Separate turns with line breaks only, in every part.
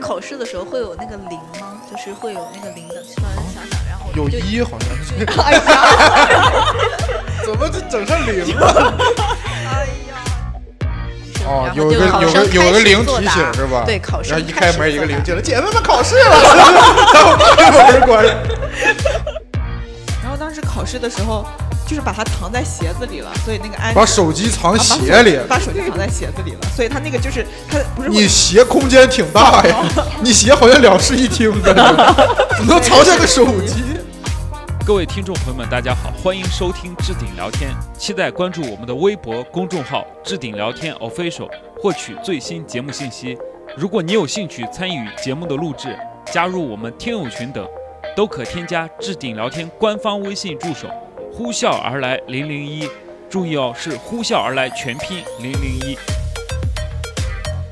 考试的时候会有那个铃吗？就是会有那个铃的，突然想想，然后我
有
就
一好像 是，
哎呀，
怎么就整上零 了？
哎呀，
哦
然，
有
后
一
就
个
考
有个
生
有
开
个
始
零
作
提
答
醒是吧？
对，考生
然后一
开
开
始
门一
作
个零
答
进来，姐妹们考试了，然后把门关上。
然后当时考试的时候，就是把它藏在鞋子里了，所以那个安
把
全
手机藏
啊 把手
鞋里，
把手机藏在鞋子里了，所以它那个就是它不是会
你鞋空间挺大 呀，你鞋好像两室一厅的，怎么能藏下个手机？
各位听众朋友们，大家好，欢迎收听置顶聊天，期待关注我们的微博公众号“置顶聊天 official”，获取最新节目信息。如果你有兴趣参与节目的录制，加入我们听友群等，都可添加置顶聊天官方微信助手“呼啸而来零零一”，注意哦，是“呼啸而来”全拼零零 一。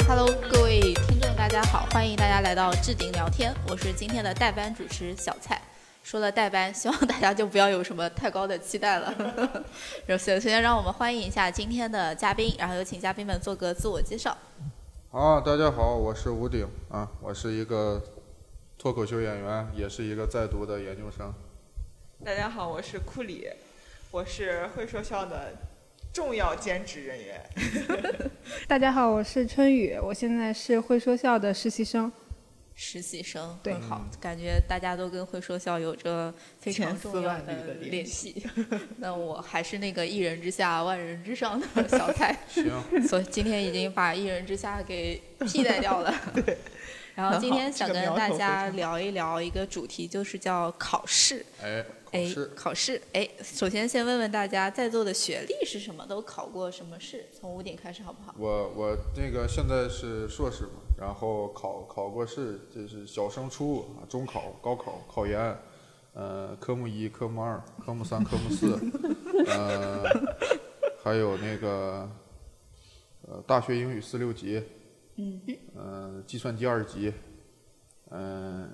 Hello，各位听众，大家好，欢迎大家来到置顶聊天，我是今天的代班主持小蔡。说了代班，希望大家就不要有什么太高的期待了。 然后首先让我们欢迎一下今天的嘉宾，然后有请嘉宾们做个自我介绍。
啊，大家好，我是吴鼎啊，我是一个脱口秀演员，也是一个在读的研究生。
大家好，我是库里，我是会说笑的重要兼职人员。
大家好，我是春雨，我现在是会说笑的实习生。
实习生，
对
很好，
嗯
感觉大家都跟会说笑有着非常
千丝
重要
万缕的
联
联
系。那我还是那个一人之下万人之上 的小蔡，
行，
所以今天已经把一人之下给替代掉了。
对。
然后今天想
这个
跟
苗头
大
非
家
常好
聊一聊一个主题，就是叫考试。
哎，考
哎
试，
考试。哎，首先先问问大家在座的学历是什么？都考过什么试？从五点开始好不好？
我我那个现在是硕士嘛，然后考考过试，就是小升初、啊中考、高考、考研，呃，科目一、科目二、科目三、科目四，呃，还有那个呃大学英语四六级，
嗯，
呃，计算机二级，嗯、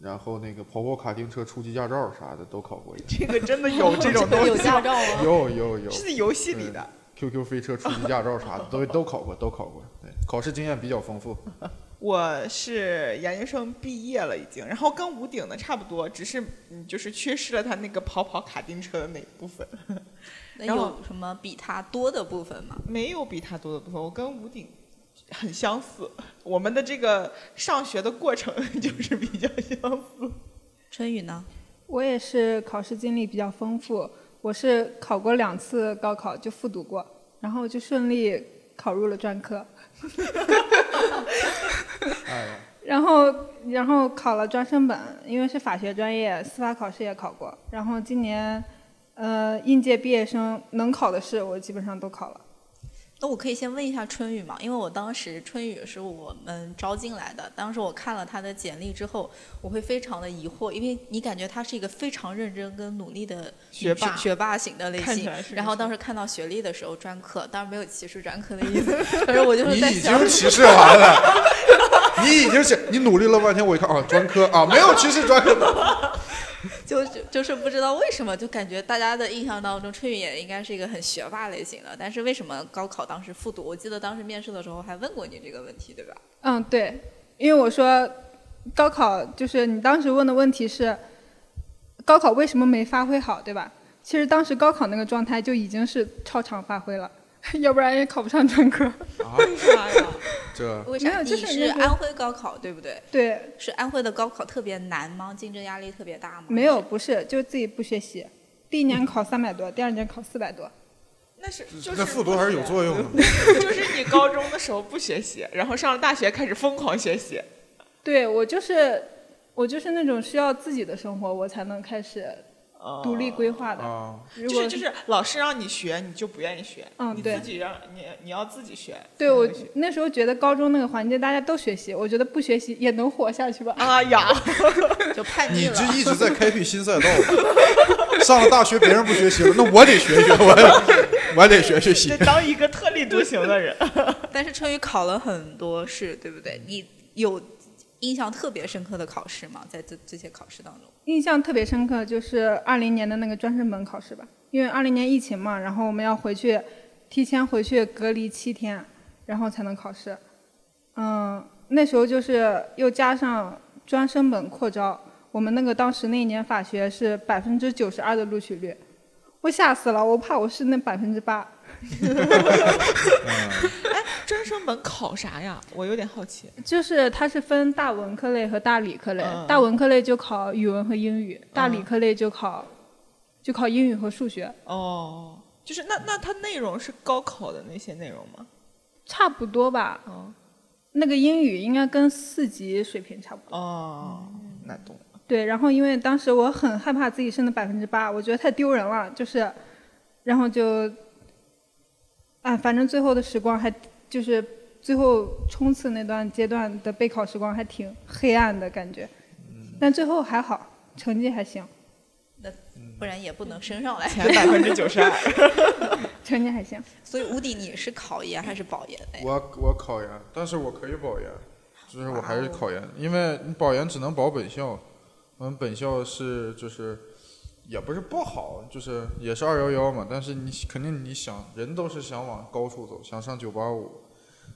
然后那个跑跑卡丁车初级驾照啥的都考过一遍，
这个真的有这种 东
有
西
驾
吗，
照吗？
有有有
是在游戏里的。
，QQ 飞车初级驾照啥的都都考过，都考过，对，考试经验比较丰富。
我是研究生毕业了已经，然后跟吴鼎的差不多，只是嗯，就是缺失了他那个跑跑卡丁车的那一部分，
那
然后
有什么比他多的部分吗？
没有比他多的部分。我跟吴鼎很相似，我们的这个上学的过程就是比较相似。
春雨呢？
我也是考试经历比较丰富，我是考过两次高考就复读过，然后就顺利考入了专科，
哎呀，
然后然后考了专升本，因为是法学专业，司法考试也考过，然后今年。呃，应届毕业生能考的试，我基本上都考了。
那我可以先问一下春雨嘛，因为我当时春雨是我们招进来的，当时我看了他的简历之后，我会非常的疑惑，因为你感觉他是一个非常认真跟努力的
学霸
女学霸型的类
看起
型
来是。个
然后当时看到学历的时候，专科，当然没有歧视专科的意思，但是我就
你
是在
已
想
经，歧视完了，你已经是你努力了半天，我一看啊，专科啊，没有歧视专科，
就就就是不知道为什么，就感觉大家的印象当中，春雨也应该是一个很学霸类型的，但是为什么高考当时复读？我记得当时面试的时候还问过你这个问题，对吧？
嗯，对，因为我说高考就是你当时问的问题是高考为什么没发挥好，对吧？其实当时高考那个状态就已经是超常发挥了，要不然也考不上专科。
为啥呀？
这
为
没
啥？
有
你
就是是那个
安徽高考对不对？
对，
是安徽的高考特别难吗？竞争压力特别大吗？
没有，不是，就是自己不学习。第一年考三百多，第二年考四百多。
那是 就是
那复读还是有作用的嘛。
就是你高中的时候不学习，然后上了大学开始疯狂学习，
对我就是我就是那种需要自己的生活，我才能开始
哦
独立规划的。
啊，
如
就
果
是就是老师让你学，你就不愿意学，
嗯
你
对
自己让你你要自己学。
对我
才会学
那时候觉得高中那个环境大家都学习，我觉得不学习也能活下去吧。
啊呀，
就叛逆
你这
了。
一直在开辟新赛道。上了大学别人不学习了，那我得学学，我也我也得学学习
这。当一个特立独行的 人，
但是春雨考了很多试，对不对？你有印象特别深刻的考试吗？在这这些考试当中，
印象特别深刻就是二零年的那个专升本考试吧，因为二零年疫情嘛，然后我们要回去，提前回去隔离七天，然后才能考试。嗯，那时候就是又加上专升本扩招，我们那个当时那一年法学是百分之九十二的录取率，我吓死了，我怕我是那百分之八。
专升本考啥呀？我有点好奇。
嗯就是它是分大文科类和大理科类，
嗯
大文科类就考语文和英语，大理
嗯
科类就考、就考英语和数学，
哦，就是那那它内容是高考的那些内容吗？
差不多吧。
哦
那个英语应该跟四级水平差不多。
哦，那懂了。
对，然后因为当时我很害怕自己升的百分之八，我觉得太丢人了，就是，然后就，啊，反正最后的时光还就是最后冲刺那段阶段的备考时光还挺黑暗的感觉，但最后还好，成绩还行，
不然也不能升上来。
前百分之九十二。
成绩还行。
所以吴迪，你是考研还是保研的呀？
我我考研，但是我可以保研，就是我还是考研，因为你保研只能保本校，我们本校是就是也不是不好，就是也是二幺幺嘛，但是你肯定你想人都是想往高处走，想上九八五，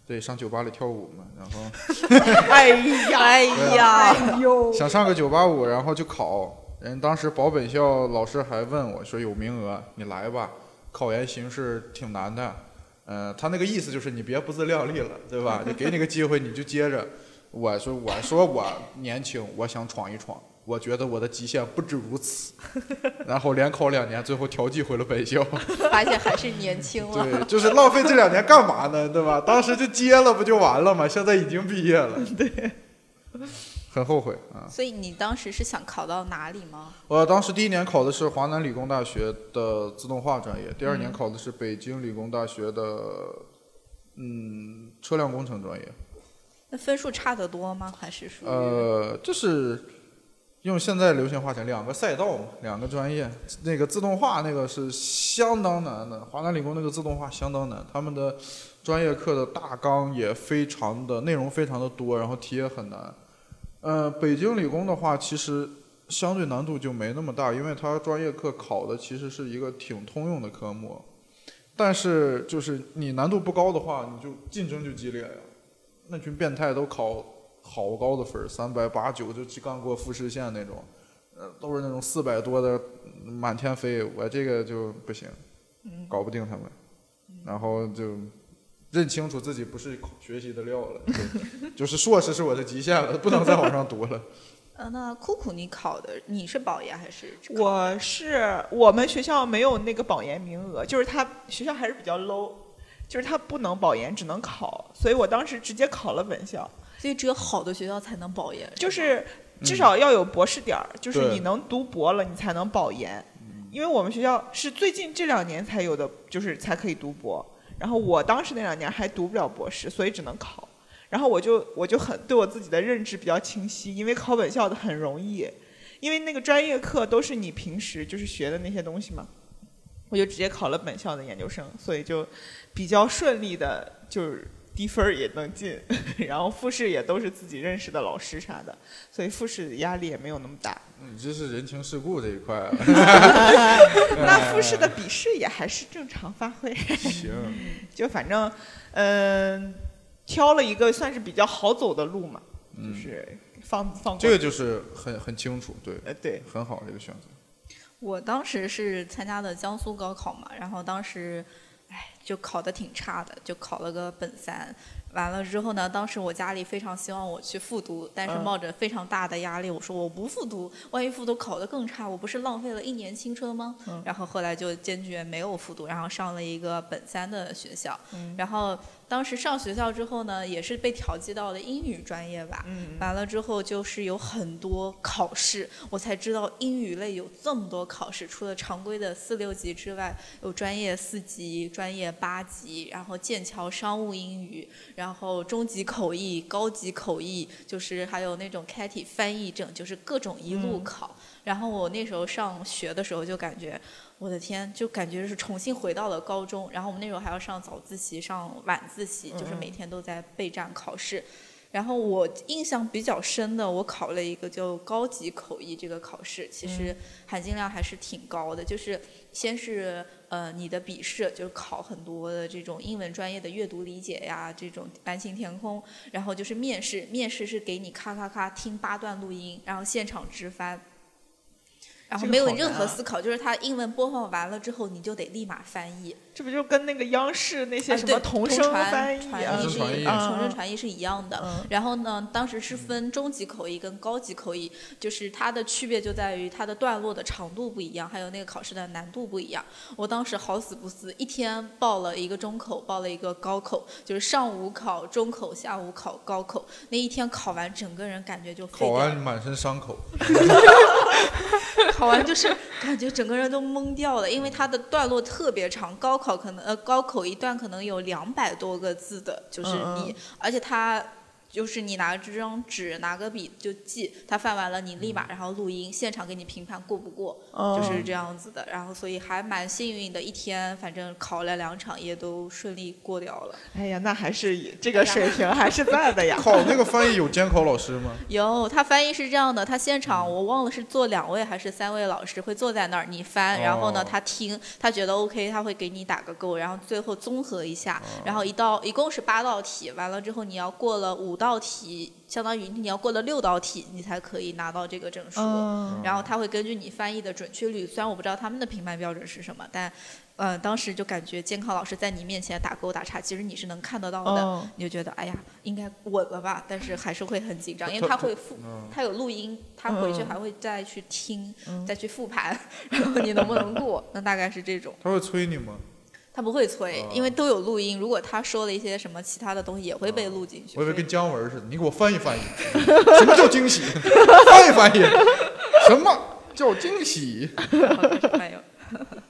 对，上酒吧里跳舞嘛，然后。
哎呀，
哎呀，
呦，
想上个九八五，然后就考。人当时保本校老师还问我说有名额，你来吧。考研形势挺难的，呃，他那个意思就是你别不自量力了，对吧？就给你个机会，你就接着。我说我说我年轻，我想闯一闯，我觉得我的极限不止如此。然后连考两年，最后调剂回了本校。
发现还是年轻了。
对，就是浪费这两年干嘛呢？对吧？当时就接了，不就完了吗？现在已经毕业了，对，很后悔 啊。
所以你当时是想考到哪里吗？
我呃当时第一年考的是华南理工大学的自动化专业，第二年考的是北京理工大学的嗯车辆工程专业。
那分数差得多吗？还是说，
呃，就是用现在流行话讲，两个赛道嘛，两个专业。那个自动化那个是相当难的，华南理工那个自动化相当难，他们的专业课的大纲也非常的内容非常的多，然后题也很难。呃，北京理工的话，其实相对难度就没那么大，因为它专业课考的其实是一个挺通用的科目。但是就是你难度不高的话，你就竞争就激烈呀、那群变态都考好高的分儿，三百八九就去干过复试线那种，呃，都是那种四百多的满天飞，我这个就不行，搞不定他们，然后就认清楚自己不是学习的料了， 就就是硕士是我的极限了，不能再往上读了。
呃，那酷酷你考的你是保研还是考？
我是我们学校没有那个保研名额，就是他学校还是比较 low，就是他不能保研，只能考，所以我当时直接考了本校，
所以只有好的学校才能保研，
就
吗
是至少要有博士点儿，就是
对
你能读博了，你才能保研。因为我们学校是最近这两年才有的，就是才可以读博。然后我当时那两年还读不了博士，所以只能考。然后我就我就很对我自己的认知比较清晰，因为考本校的很容易，因为那个专业课都是你平时就是学的那些东西嘛。我就直接考了本校的研究生，所以就比较顺利的，就是低分儿也能进， 然后复试也都是自己认识的老师啥的，所以复试压力也没有那么大。
你这是人情世故这一块、啊，
那复试的笔试也还是正常发挥，
行，
就反正嗯、挑了一个算是比较好走的路嘛，就是放放
嗯
过
这个就是很很清楚，对，
呃对，
很好这个选择。
我当时是参加的江苏高考嘛，然后当时，哎，就考的挺差的，就考了个本三。完了之后呢，当时我家里非常希望我去复读，但是
嗯
冒着非常大的压力，我说我不复读，万一复读考得更差，我不是浪费了一年青春吗？
嗯
然后后来就坚决没有复读，然后上了一个本三的学校。
嗯
然后当时上学校之后呢，也是被调剂到了英语专业吧。
嗯
完了之后就是有很多考试，我才知道英语类有这么多考试，除了常规的四六级之外，有专业四级、专业八级，然后剑桥商务英语，然后中级口译、高级口译，就是还有那种 CAT 翻译证，就是各种一路考。然后我那时候上学的时候就感觉，我的天，就感觉是重新回到了高中。然后我们那时候还要上早自习、上晚自习，就是每天都在备战考试。然后我印象比较深的，我考了一个叫高级口译这个考试，其实含金量还是挺高的。就是先是呃你的笔试，就是考很多的这种英文专业的阅读理解呀，这种安心填空，然后就是面试，面试是给你咔咔咔听八段录音，然后现场直翻。然后
这个
没有
好难
任何
啊
思考，就是他英文播放完了之后，你就得立马翻译。
这不就跟那个央视那些
啊
什
对
么同
同
声
传
翻译啊
传译
同
是
声传
一
译
样
啊
同声
啊
传译是一样的。
嗯
然后呢，当时是分中级口译跟高级口译，就是它的区别就在于它的段落的长度不一样，还有那个考试的难度不一样。我当时好死不死，一天报了一个中口，报了一个高口，就是上午考中口，下午考高口。那一天考完，整个人感觉就废
考
掉了
完满身伤口，
考完就是 感觉整个人都懵掉了，因为它的段落特别长，高考可能呃高口一段可能有两百多个字的，就是
嗯嗯
你，而且它。就是你拿这张纸，拿个笔就记，它翻完了你立马然后录音，现场给你评判过不过，
嗯
就是这样子的。然后所以还蛮幸运的，一天反正考了两场也都顺利过掉了。
哎呀，那还是以这个水平还是在 的呀。嗯
考那个翻译有监考老师吗？
有，他翻译是这样的，他现场我忘了是坐两位还是三位老师会坐在那儿，你翻，然后呢
哦
他听，他觉得 OK，他会给你打个勾，然后最后综合一下，然后一道一共是八道题，完了之后你要过了五道题，相当于你要过了六道题，你才可以拿到这个证书。
嗯，
然后他会根据你翻译的准确率，虽然我不知道他们的评判标准是什么，但，呃，当时就感觉监考老师在你面前打勾打叉，其实你是能看得到的，
嗯
你就觉得哎呀，应该稳了吧，但是还是会很紧张，因为
他
他会复，
嗯，
他有录音，他回去
嗯
还会再去听，
嗯
再去复盘，然后你能不能过，那大概是这种。
他会催你吗？
他不会催，因为
哦
都有录音，如果他说了一些什么其他的东西，也会被
哦
录进去。
我以为
所以
跟姜文似的，你给我翻译翻译，什么叫惊喜？翻译翻译，什么叫惊喜？
好像是没有。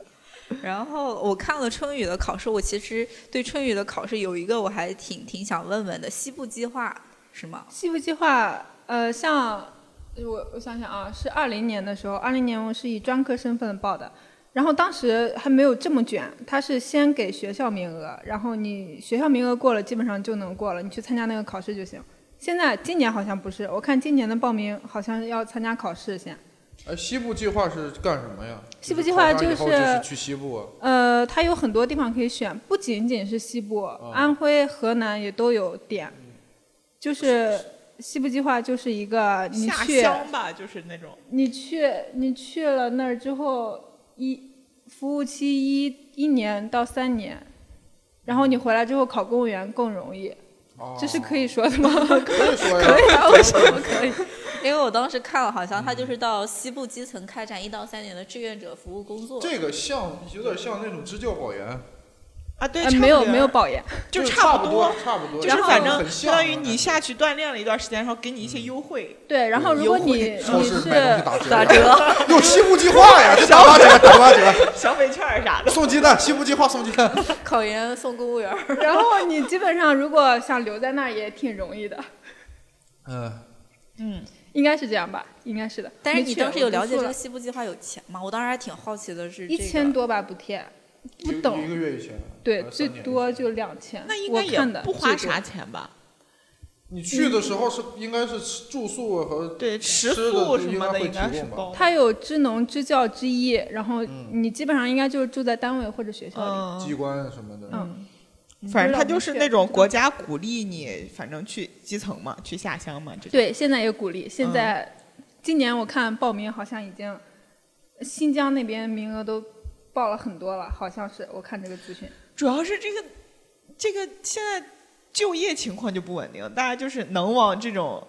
然后我看了春雨的考试，我其实对春雨的考试有一个我还挺挺想问问的，西部计划是吗？
西部计划，呃，像我我想想啊，是二零年的时候，二零年我是以专科身份报的，然后当时还没有这么卷，他是先给学校名额，然后你学校名额过了，基本上就能过了，你去参加那个考试就行。现在今年好像不是，我看今年的报名好像要参加考试先。
哎，西部计划是干什么呀？
西部计划
就是考
就
察以
是
后就是去西部啊。
呃，它有很多地方可以选，不仅仅是西部，安徽、河南也都有点。就是西部计划就是一个你
下
去
乡吧，就是那种。
你去你去了那儿之后，一服务期一一年到三年，然后你回来之后考公务员更容易，
哦
这是可以说的吗？
可以说呀，
啊，为什么可以？因为我当时看了，好像他
嗯
就是到西部基层开展一到三年的志愿者服务工作。
这个像有点像那种支教保研，
啊，对，
呃
差不
没有
多
没有，保研，
就
就是
差
差
不
多
多，，
差不多，
就是
然后
反正
很
相当于
像
你下去锻炼了一段时间，然后给你一
嗯
些优惠。
对。然后如果
优
你
惠超
你
市
是
买东西
打
打
折，
有西部计划 呀，这打八折，打八折，
消费券儿啥的。
送鸡蛋，西部计划送鸡蛋，
考研送公务员儿。
然后你基本上如果想留在那儿也挺容易的，
嗯，
嗯，
应该是这样吧？应该是的。
但是
没
你
去
当时有了解这？
我
个
不
西部计划有钱吗？我当时还挺好奇的是、这
一
个，
千多吧补贴，不
一
懂。
个月一千，
对，
呃
最多就两千。
那应
我
该也
看的
不花
最多
啥钱吧？
你去
嗯
的时候是应该是住宿和
对，食
呃吃的
宿
就
什
应
么
该
的
会
应该
提
是
供吧
包的。
它有支农支教之一，然后你基本上应该就是住在单位或者学校里。
机
嗯，
关什么的，
嗯
反正
知道
它
明
就是
确
那种
知道
国家鼓励你，反正去基层嘛，去下乡嘛，这种。
对，现在也鼓励。现在、
嗯
今年我看报名好像已经新疆那边名额都报了很多了，好像是我看这个资讯。
主要是这个这个现在就业情况就不稳定，大家就是能往这种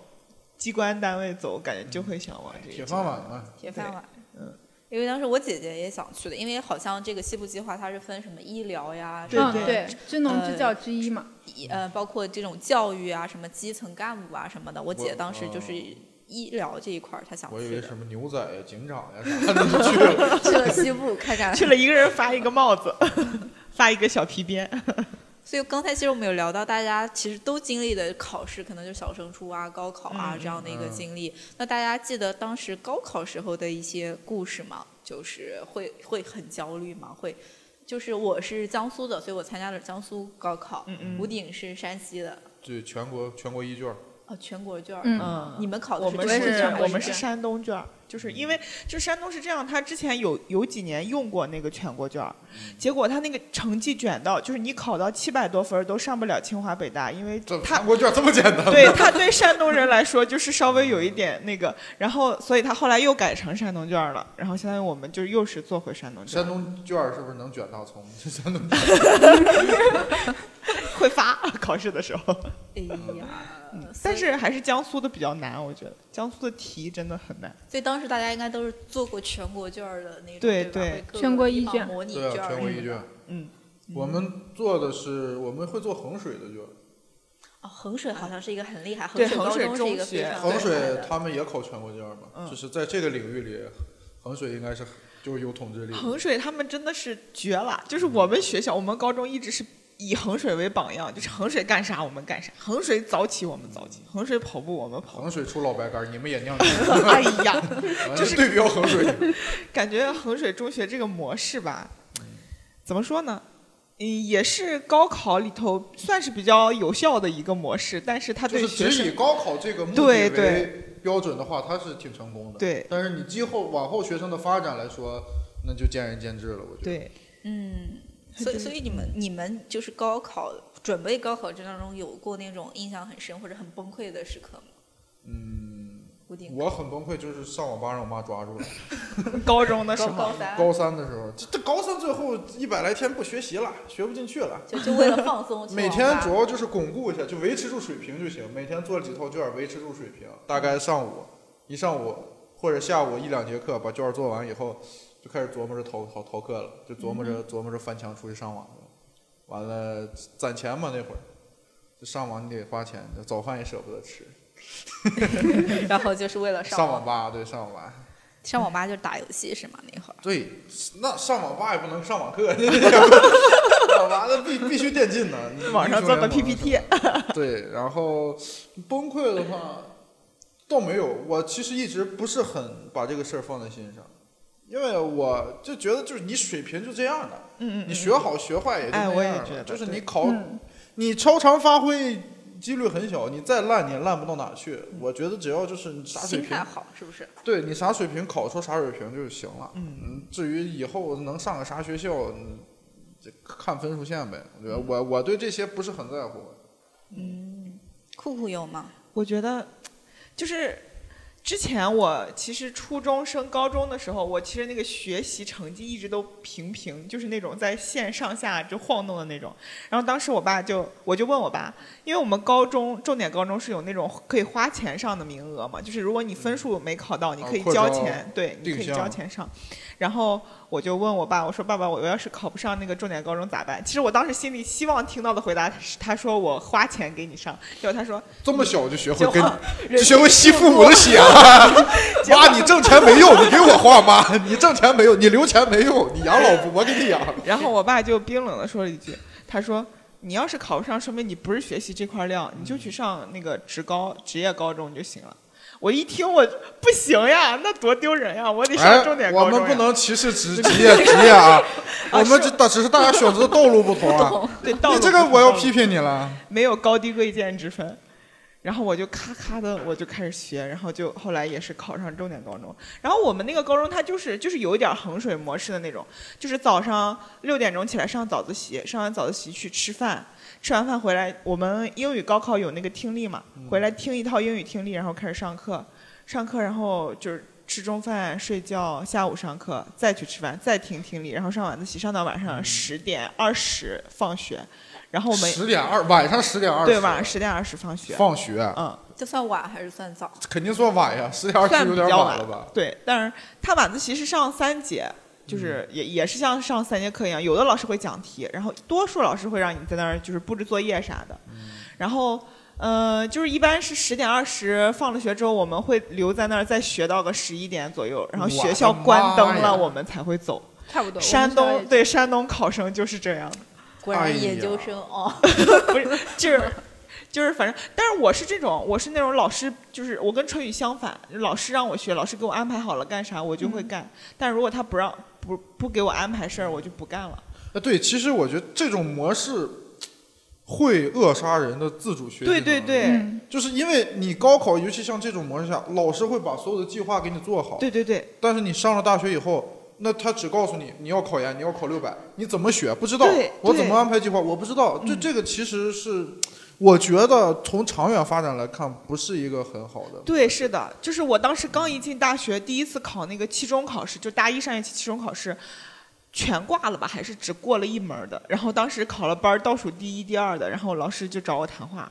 机关单位走，感觉就会想往这个
嗯铁
机关
饭碗嘛，
铁饭碗。
嗯，
因为当时我姐姐也想去的，因为好像这个西部计划它是分什么医疗呀，
对
什
嗯，
么
对，支农支
呃
教之一嘛。
医呃，包括这种教育啊，什么基层干部啊什么的。我姐当时就是医疗这一块儿，她想
哦我以
去
为
的
什么牛仔呀、警长呀 啥的，你去了，
去了西部开 展。
去了一个人发一个帽子， 发一个小皮鞭。
所以刚才其实我们有聊到，大家其实都经历的考试，可能就是小升初啊、高考啊
嗯
这样的一个
嗯
经历。那大家记得当时高考时候的一些故事吗？就是会会很焦虑吗？会。就是我是江苏的，所以我参加了江苏高考。
嗯嗯
吴鼎是山西的，
这全国全国一卷儿，
哦，全国卷儿，
嗯
嗯
你们考的
我们
中国
是
卷，
我们是山东卷儿，
嗯
就是因为就山东是这样，他之前有有几年用过那个全国卷儿，
嗯
结果他那个成绩卷到，就是你考到七百多分儿都上不了清华北大，因为
这
他
韩国卷这么简单？
对他对山东人来说就是稍微有一点那个，然后所以他后来又改成山东卷儿了，然后相当于我们就又是做回山东卷 儿，
山东卷儿是不是能卷大葱？ 山东
会发 考试的时候，
哎呀，
嗯但是还是江苏的比较难，我觉得江苏的题真的很难。
所以当时大家应该都是做过全国卷儿的那种，
对
吧
对
会各个
全国
地
一
方
卷
模拟
对啊，
卷儿
全国
什
一
么
卷
的。。
嗯，
我们做的是，我们会做衡水的卷儿。
哦，衡水好像是一个很厉害，衡
对
水
衡
高
水
中是
中
一个非
学
常
衡
厉害
水
的
他们也考全国卷儿嘛，
嗯
就是在这个领域里，衡水应该是就是有统治力。
衡水他们真的是绝了，就是我们学校，我们高中一直是以衡水为榜样，就是衡水干啥我们干啥，衡水早起我们早起，衡水跑步我们跑步。
衡水出老白干儿，你们也酿酒。
哎呀，就是
对标衡 水，
感觉衡水中学这个模式吧，怎么说呢？嗯，也是高考里头算是比较有效的一个模式，但是它
就是
对学
只以
生
高考这个目的
对
为
对
标准的话，它是挺成功的。
对
但是你今后往后学生的发展来说，那就见仁见智了。我觉得，
对
嗯， 所以所以你们你们就是高考准备高考这当中有过那种印象很深或者很崩溃的时刻吗？
嗯，
固定
我很崩溃，就是上网吧让我妈抓住了。
高中的时
高
候
高，三
高三的时候，这这高三最后一百来天不学习了，学不进去了。
就就为了放 松去网吧，
每天主要就是巩固一下，就维持住水平就行。每天做几套卷儿，维持住水平。大概上午一上午或者下午一两节课，把卷儿做完以后，就开始琢磨着逃逃逃课了，就琢磨着、琢磨着翻墙出去上网去了。完了攒钱嘛，那会儿就上网你得花钱，早饭也舍不得吃。
然后就是为了
上
网
网吧对上网吧，
上网吧就是打游戏是吗？那会儿
对，那上网吧也不能上网课，上网吧那必必须电竞呢。你
网上做个
英雄联盟
PPT，
对，然后崩溃的话倒没有，我其实一直不是很把这个事儿放在心上，因为我就觉得就是你水平就这样的，
嗯嗯
你学好学坏也就那
哎
样
我也
了
觉得
就是
对
你考、
嗯
你超常发挥几率很小，你再烂你也烂不到哪去。我觉得只要就是你啥水
心
平
态，好是不是？
对你啥水平考出啥水平就行了。
嗯，
嗯，至于以后能上个啥学校，嗯这看分数线呗。我觉得
嗯
我我对这些不是很在乎。
酷酷有吗？
我觉得就是之前我其实初中升高中的时候，我其实那个学习成绩一直都平平，就是那种在线上下就晃动的那种。然后当时我爸就我就问我爸，因为我们高中重点高中是有那种可以花钱上的名额嘛，就是如果你分数没考到，你可以
嗯哦扩
交
招
钱，对，你
定
可以
向
交钱上。然后我就问我爸，我说爸爸，我要是考不上那个重点高中咋办？其实我当时心里希望听到的回答是，他说我花钱给你上，结果他说
这么小就学会
就
跟，
啊
就学会吸父母的血了。妈，你挣钱没用，你给我花。妈，你挣钱没用，你留钱没用，你养老不，我给你养。
然后我爸就冰冷的说了一句：“他说你要是考不上，说明你不是学习这块料，你就
嗯
去上那个职高、职业高中就行了。”我一听我不行呀，那多丢人呀！我得上重点
哎我
高中呀、
们不能歧视职职业职业啊，我们这大只是大家选择的道路不同啊。
对道
你
路
这
不
个
同
我要
道路
批评你了。
没有高低贵贱之分。然后我就咔咔的我就开始学，然后就后来也是考上重点高中。然后我们那个高中它就是就是有一点衡水模式的那种，就是早上六点钟起来上早自习，上完早自习去吃饭，吃完饭回来，我们英语高考有那个听力嘛，
嗯
回来听一套英语听力，然后开始上课，上课然后就是吃中饭睡觉，下午上课再去吃饭，再听听力，然后上晚自习上到晚
嗯
上十点二十放学，然后我们
十点二，晚上十点二十，
对，晚上十点二十放学。
放学
嗯，
这算晚还是算早？
肯定算晚呀，十点二十
算
有
比
点
较
晚
晚
了吧？
对，但是他晚自习是上三节，就是
嗯
也也是像上三节课一样，有的老师会讲题，然后多数老师会让你在那儿就是布置作业啥的，
嗯
然后。呃，就是一般是十点二十放了学之后，我们会留在那儿再学到个十一点左右，然后
我的
学校关灯
妈呀
了，我们才会走。
差不多。我们
山
学校
东
也
对山东考生就是这样。
果
哎
然
呀
研究生哦，
不是， 就是就是，反正，但是我是这种，我是那种老师，就是我跟春雨相反，老师让我学，老师给我安排好了干啥，我就会干。但如果他不让
哎
不不给我安排事儿，我就不干了。
啊，对，其实我觉得这种模式，会扼杀人的自主学习能
对
力。
对对，
嗯
就是因为你高考，尤其像这种模式下，老师会把所有的计划给你做好。
对对对，
但是你上了大学以后，那他只告诉你你要考研，你要考六百，你怎么学不知道
对，
我
对嗯
怎么安排计划我不知道。这这个其实是，我觉得从长远发展来看，不是一个很好的。
对，是的，就是我当时刚一进大学，第一次考那个期中考试，就大一上学期期中考试，全挂了吧，还是只过了一门儿的。然后当时考了班儿倒数第一、第二的，然后老师就找我谈话，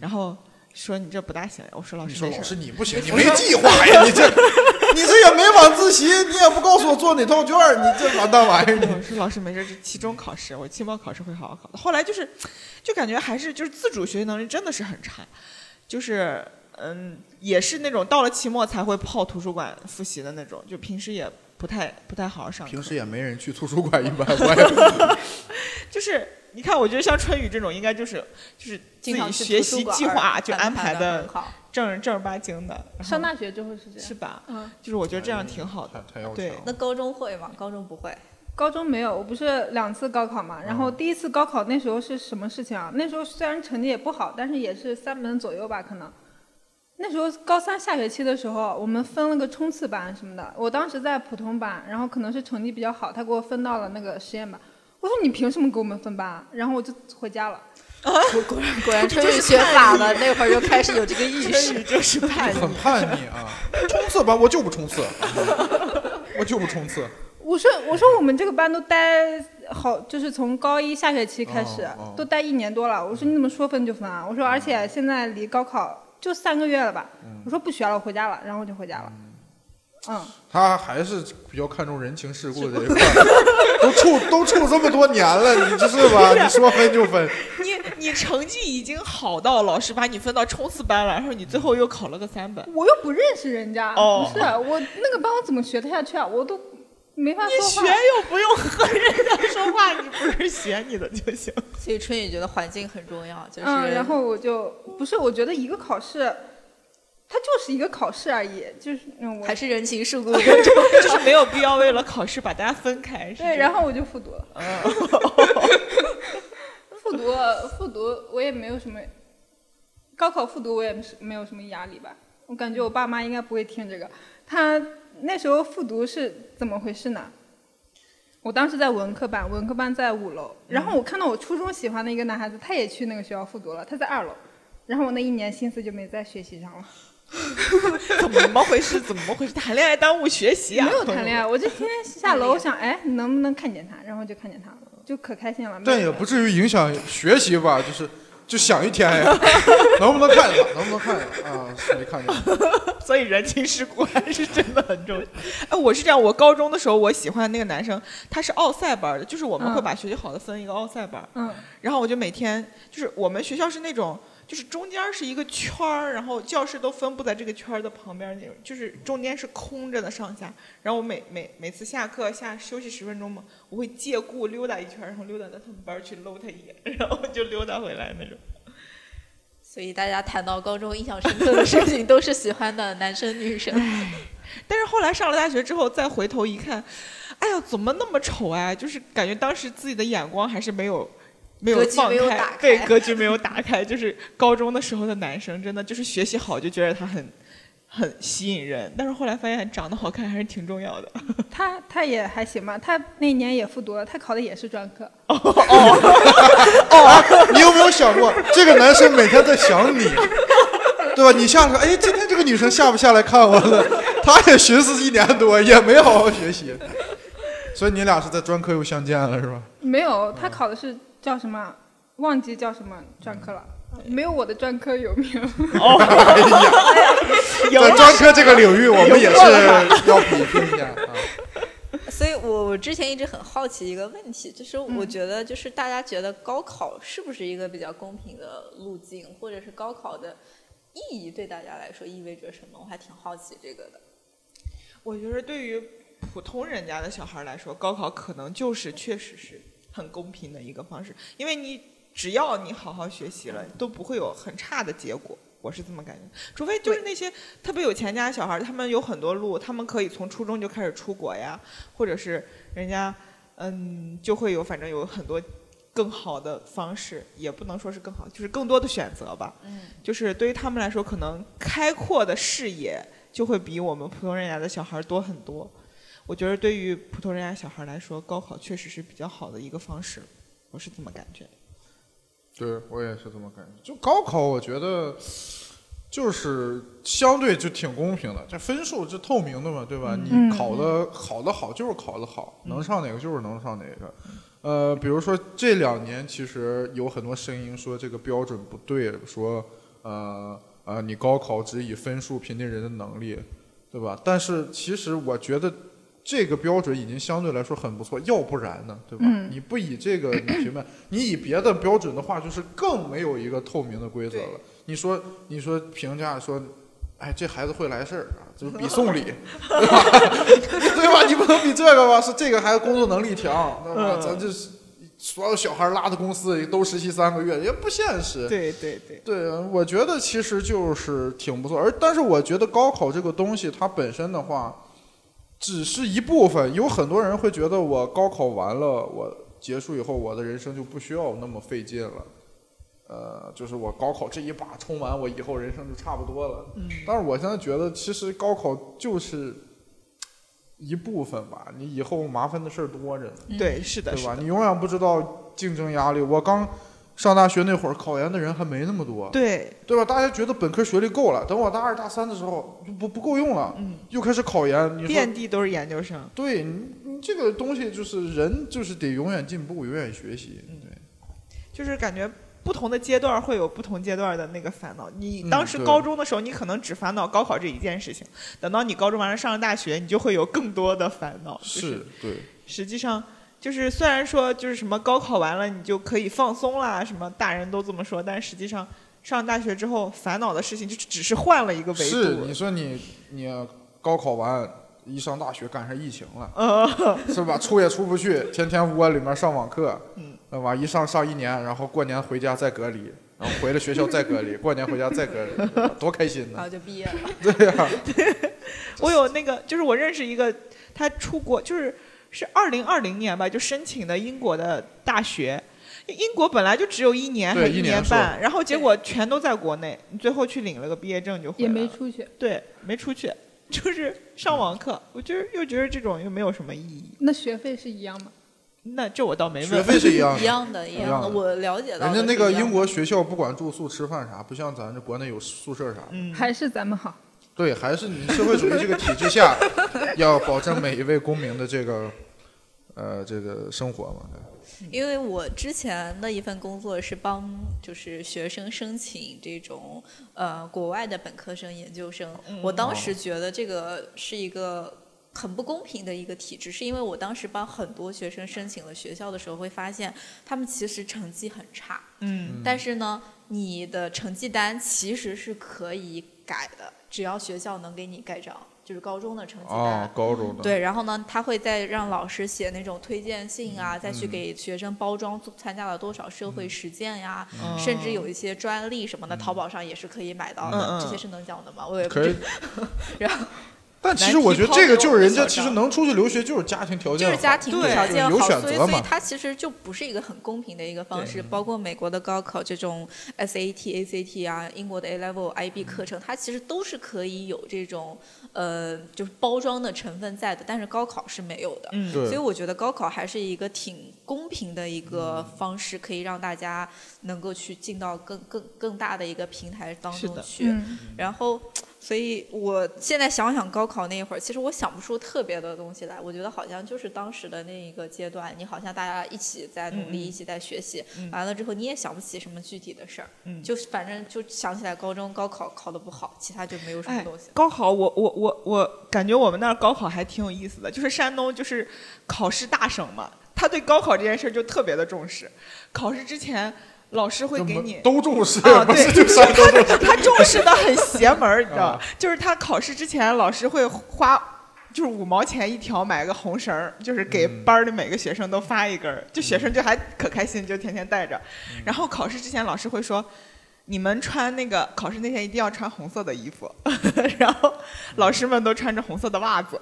然后说你这不大行呀。我说老
嗯你
师
说
没
老
事
师
儿，
你不行，你没计划呀，你这， 你这也没晚自习，你也不告诉我做哪套卷儿，你这完蛋玩意儿，你
我说老师没事儿，这期中考试，我期末考试会好好考的。后来就是，就感觉还是就是自主学习能力真的是很差，就是。嗯，也是那种到了期末才会泡图书馆复习的那种，就平时也不太不太好好上课。
平时也没人去图书馆，一般我也
就是你看，我觉得像春雨这种，应该就是就是自
经
己
常去
学
图书
习
馆
计划就安排
的
的正正儿八经的，然后
上大学之后是这
是
样。
吧？
嗯，
就是我觉得这样挺好的。
太太要强
对
了。
那高中会吗？高中不会。
高中没有，我不是两次高考嘛。然后第一次高考那时候是什么事情啊？那时候虽然成绩也不好，但是也是三门左右吧，可能。那时候高三下学期的时候，我们分了个冲刺班什么的。我当时在普通班，然后可能是成绩比较好，他给我分到了那个实验班。我说你凭什么给我们分班啊？然后我就回家了。
果然果 然，春雨学法了，那会儿就开始有这个 意识。
春雨 就是叛
很
逆，
叛逆啊！冲刺班我就不冲刺，我就不冲刺。
我说我说我们这个班都待好，就是从高一下学期开始、
哦哦
都待一年多了。我说你怎么说分就分啊？我说而且现在离高考就三个月了吧？我说不学了，我回家了，然后我就回家了。嗯，
他还是比较看重人情世故这一块儿，都处都处这么多年了，你这是吧？你说分就分，
你你成绩已经好到老师把你分到冲刺班了，然后你最后又考了个三本，
嗯我又不认识人家，
哦
不是我那个班我怎么学得下去啊？我都没法
你学
说话。
又不用和人家说话，你不是学你的就行。
所以春雨觉得环境很重要，就是、
嗯，然后我就不是，我觉得一个考试，它就是一个考试而已，就是嗯我
还是人情世故更重要。
就是没有必要为了考试把大家分开。是
对，
这样
然后我就复 读了。复读复读，我也没有什么，高考复读我也是没有什么压力吧。我感觉我爸妈应该不会听这个。他那时候复读是怎么回事呢？我当时在文科班，文科班在五楼，
嗯
然后我看到我初中喜欢的一个男孩子，他也去那个学校复读了，他在二楼，然后我那一年心思就没在学习上了。
怎么回事？怎么回事？谈恋爱耽误学习啊？
没有谈恋
爱。
爱，我就天天下 楼，我想哎，能不能看见他，然后就看见他了，就可开心了。
但也不至于影响学习吧？就是就想一天呀， 能不能看见他？能不能看见他啊？是没看见，
所以人情世故还是真的很重要。 哎，我是这样，我高中的时候，我喜欢那个男生，他是奥赛班的，就是我们
嗯
会把学习好的分一个奥赛班，
嗯，
然后我就每天就是我们学校是那种。就是中间是一个圈儿，然后教室都分布在这个圈儿的旁边儿那种，就是中间是空着的上下。然后我每每每次下课下休息十分钟嘛，我会借故溜达一圈儿，然后溜达到他们班儿去搂他一眼，然后就溜达回来那种。
所以大家谈到高中印象深刻的事情，都是喜欢的男生女 生。
但是后来上了大学之后，再回头一看，哎呀，怎么那么丑啊？就是感觉当时自己的眼光还是没有。没有
格局
放
没有打开
对格局没有打开， 就是高中的时候的男生，真的就是学习好就觉得他很很吸引人，但是后来发现长得好看还是挺重要的。
他他也还行吧，他那年也复读了，他考的也是专科。
你有没有想过，这个男生每天在想你，对吧？你下课，哎，今天这个女生下不下来看我了？他也寻思一年多，也没好好学习，所以你俩是在专科又相见了，是吧？
没有，
嗯
他考的是叫什么？忘记叫什么专科了，
嗯
没有我的专科有名。
哎呀。
赢
在
了
专科这个领域，我们也是要比拼一下啊。
所以我我之前一直很好奇一个问题，就是我觉得就是大家觉得高考是不是一个比较公平的路径，或者是高考的意义对大家来说意味着什么？我还挺好奇这个的。
我觉得对于普通人家的小孩来说，高考可能就是确实是很公平的一个方式，因为你只要你好好学习了，都不会有很差的结果。我是这么感觉，除非就是那些特别有钱家的小孩，他们有很多路，他们可以从初中就开始出国呀，或者是人家嗯就会有反正有很多更好的方式，也不能说是更好，就是更多的选择吧。
嗯，
就是对于他们来说，可能开阔的视野就会比我们普通人家的小孩多很多。我觉得对于普通人家小孩来说，高考确实是比较好的一个方式，我是这么感觉。
对我也是这么感觉。就高考，我觉得就是相对就挺公平的，这分数是透明的嘛，对吧？
嗯
你考的考的好就是考的好，能上哪个就是能上哪个。
嗯
呃，比如说这两年其实有很多声音说这个标准不对，说呃呃你高考只以分数评定人的能力，对吧？但是其实我觉得这个标准已经相对来说很不错，要不然呢，对吧？
嗯
你不以这个你评判，你以别的标准的话，就是更没有一个透明的规则
对
了。你说你说评价说。哎，这孩子会来事儿啊，就是比送 礼，对 吧？对吧？你不能比这个吧？是这个孩子工作能力强，那么
嗯
咱这是所有小孩拉的公司都实习三个月，也不现实。
对对对，
对，我觉得其实就是挺不错，而但是我觉得高考这个东西，它本身的话，只是一部分，有很多人会觉得我高考完了，我结束以后，我的人生就不需要那么费劲了。呃，就是我高考这一把冲完，我以后人生就差不多了。
嗯
但是我现在觉得，其实高考就是一部分吧，你以后麻烦的事儿多着呢。
对，是的，
对
是
吧？
的，
你永远不知道竞争压力。我刚上大学那会儿，考研的人还没那么多，
对，
对吧？大家觉得本科学历够了，等我大二大三的时候就不不够用了，
嗯，
又开始考研。你说
遍地都是研究生。
对你你这个东西就是人就是得永远进步，永远学习。
嗯
对，
就是感觉不同的阶段会有不同阶段的那个烦恼。你
嗯
当时
对
高中的时候，你可能只烦恼高考这一件事情，等到你高中完了上了大学，你就会有更多的烦恼。就是
是，对，
实际上。就是虽然说就是什么高考完了你就可以放松啦，什么大人都这么说，但实际上上大学之后烦恼的事情就只是换了一个维
是
度
你，说你你高考完一上大学赶上疫情了，
呃，
是吧？出也出不去，天天窝里面上网课，
嗯
对吧？一上上一年，然后过年回家再隔离，然后回了学校再隔离，过年回家再隔离，对吧多开心
然
呢！
后就毕业了。
对呀、
我有那个就是我认识一个他出国就是是二零二零年吧，就申请的英国的大学。英国本来就只有一年
对
还
一
年
年
半，然后结果全都在国内，你最后去领了个毕业证就回
也
来了。
没出去。
对，没出去，就是上网课。我就是又觉得这种又没有什么意义。
那学费是一样吗？
嗯那这我倒没
学
问。
费是一样
一
的。
样的，一
一
样
样
的，
的
我了解到
人
的
家那个
是一样的
英国学校不管住宿吃饭啥，不像咱这国内有宿舍啥。
嗯，
还是咱们好？
对，还是你社会主义这个体制下， 要保证每一位公民的这个呃这个生活嘛。对
因为我之前的一份工作是帮就是学生申请这种呃国外的本科生、研究生，
嗯
我当时觉得这个是一个。很不公平的一个体制，是因为我当时帮很多学生申请了学校的时候，会发现他们其实成绩很差，
嗯，
但是呢，你的成绩单其实是可以改的，只要学校能给你盖章，就是高中的成绩单。
啊，高中的。
对，然后呢，他会再让老师写那种推荐信啊，再去给学生包装做参加了多少社会实践呀，
嗯
甚至有一些专利什么的，淘宝上也是可以买到的。
哦嗯嗯
这些是能讲的吗？我也不
可以
知。 然后
但其实我觉得这个就是人家其实能出去留学就是家庭条件
就
好，
是家庭
对
条件
有
好，
选
所以
择
所以
嘛
它其实就不是一个很公平的一个方式。包括美国的高考这种 SAT、ACT 啊，英国的 A Level、IB 课程，它其实都是可以有这种呃就是包装的成分在的，但是高考是没有的。
嗯，
所以
对，
我觉得高考还是一个挺公平的一个
嗯
方式，可以让大家能够去进到更更更大的一个平台当
是
中
的
去。
嗯，
然后，所以我现在想想高考那一会儿，其实我想不出特别的东西来。我觉得好像就是当时的那一个阶段，你好像大家一起在努力，
嗯嗯
一起在学习，
嗯
完了之后你也想不起什么具体的事儿，
嗯
就反正就想起来高中高考考的不好，其他就没有什么
哎
东西了。
高考我，我我我感觉我们那儿高考还挺有意思的，就是山东就是考试大省嘛，他对高考这件事儿就特别的重视。考试之前，老师会
就
给
没
你
都重 视，
啊，
不是
对，
就山东重视。
他他重视的很邪门儿，你知道吗
啊？
就是他考试之前，老师会花。就是五毛钱一条买个红绳儿，就是给
嗯
班儿里每个学生都发一根儿，就学生就还可开心，就天天带着。
嗯
然后考试之前，老师会说，你们穿那个考试那天一定要穿红色的衣服， 然后老师们都穿着红色的袜子，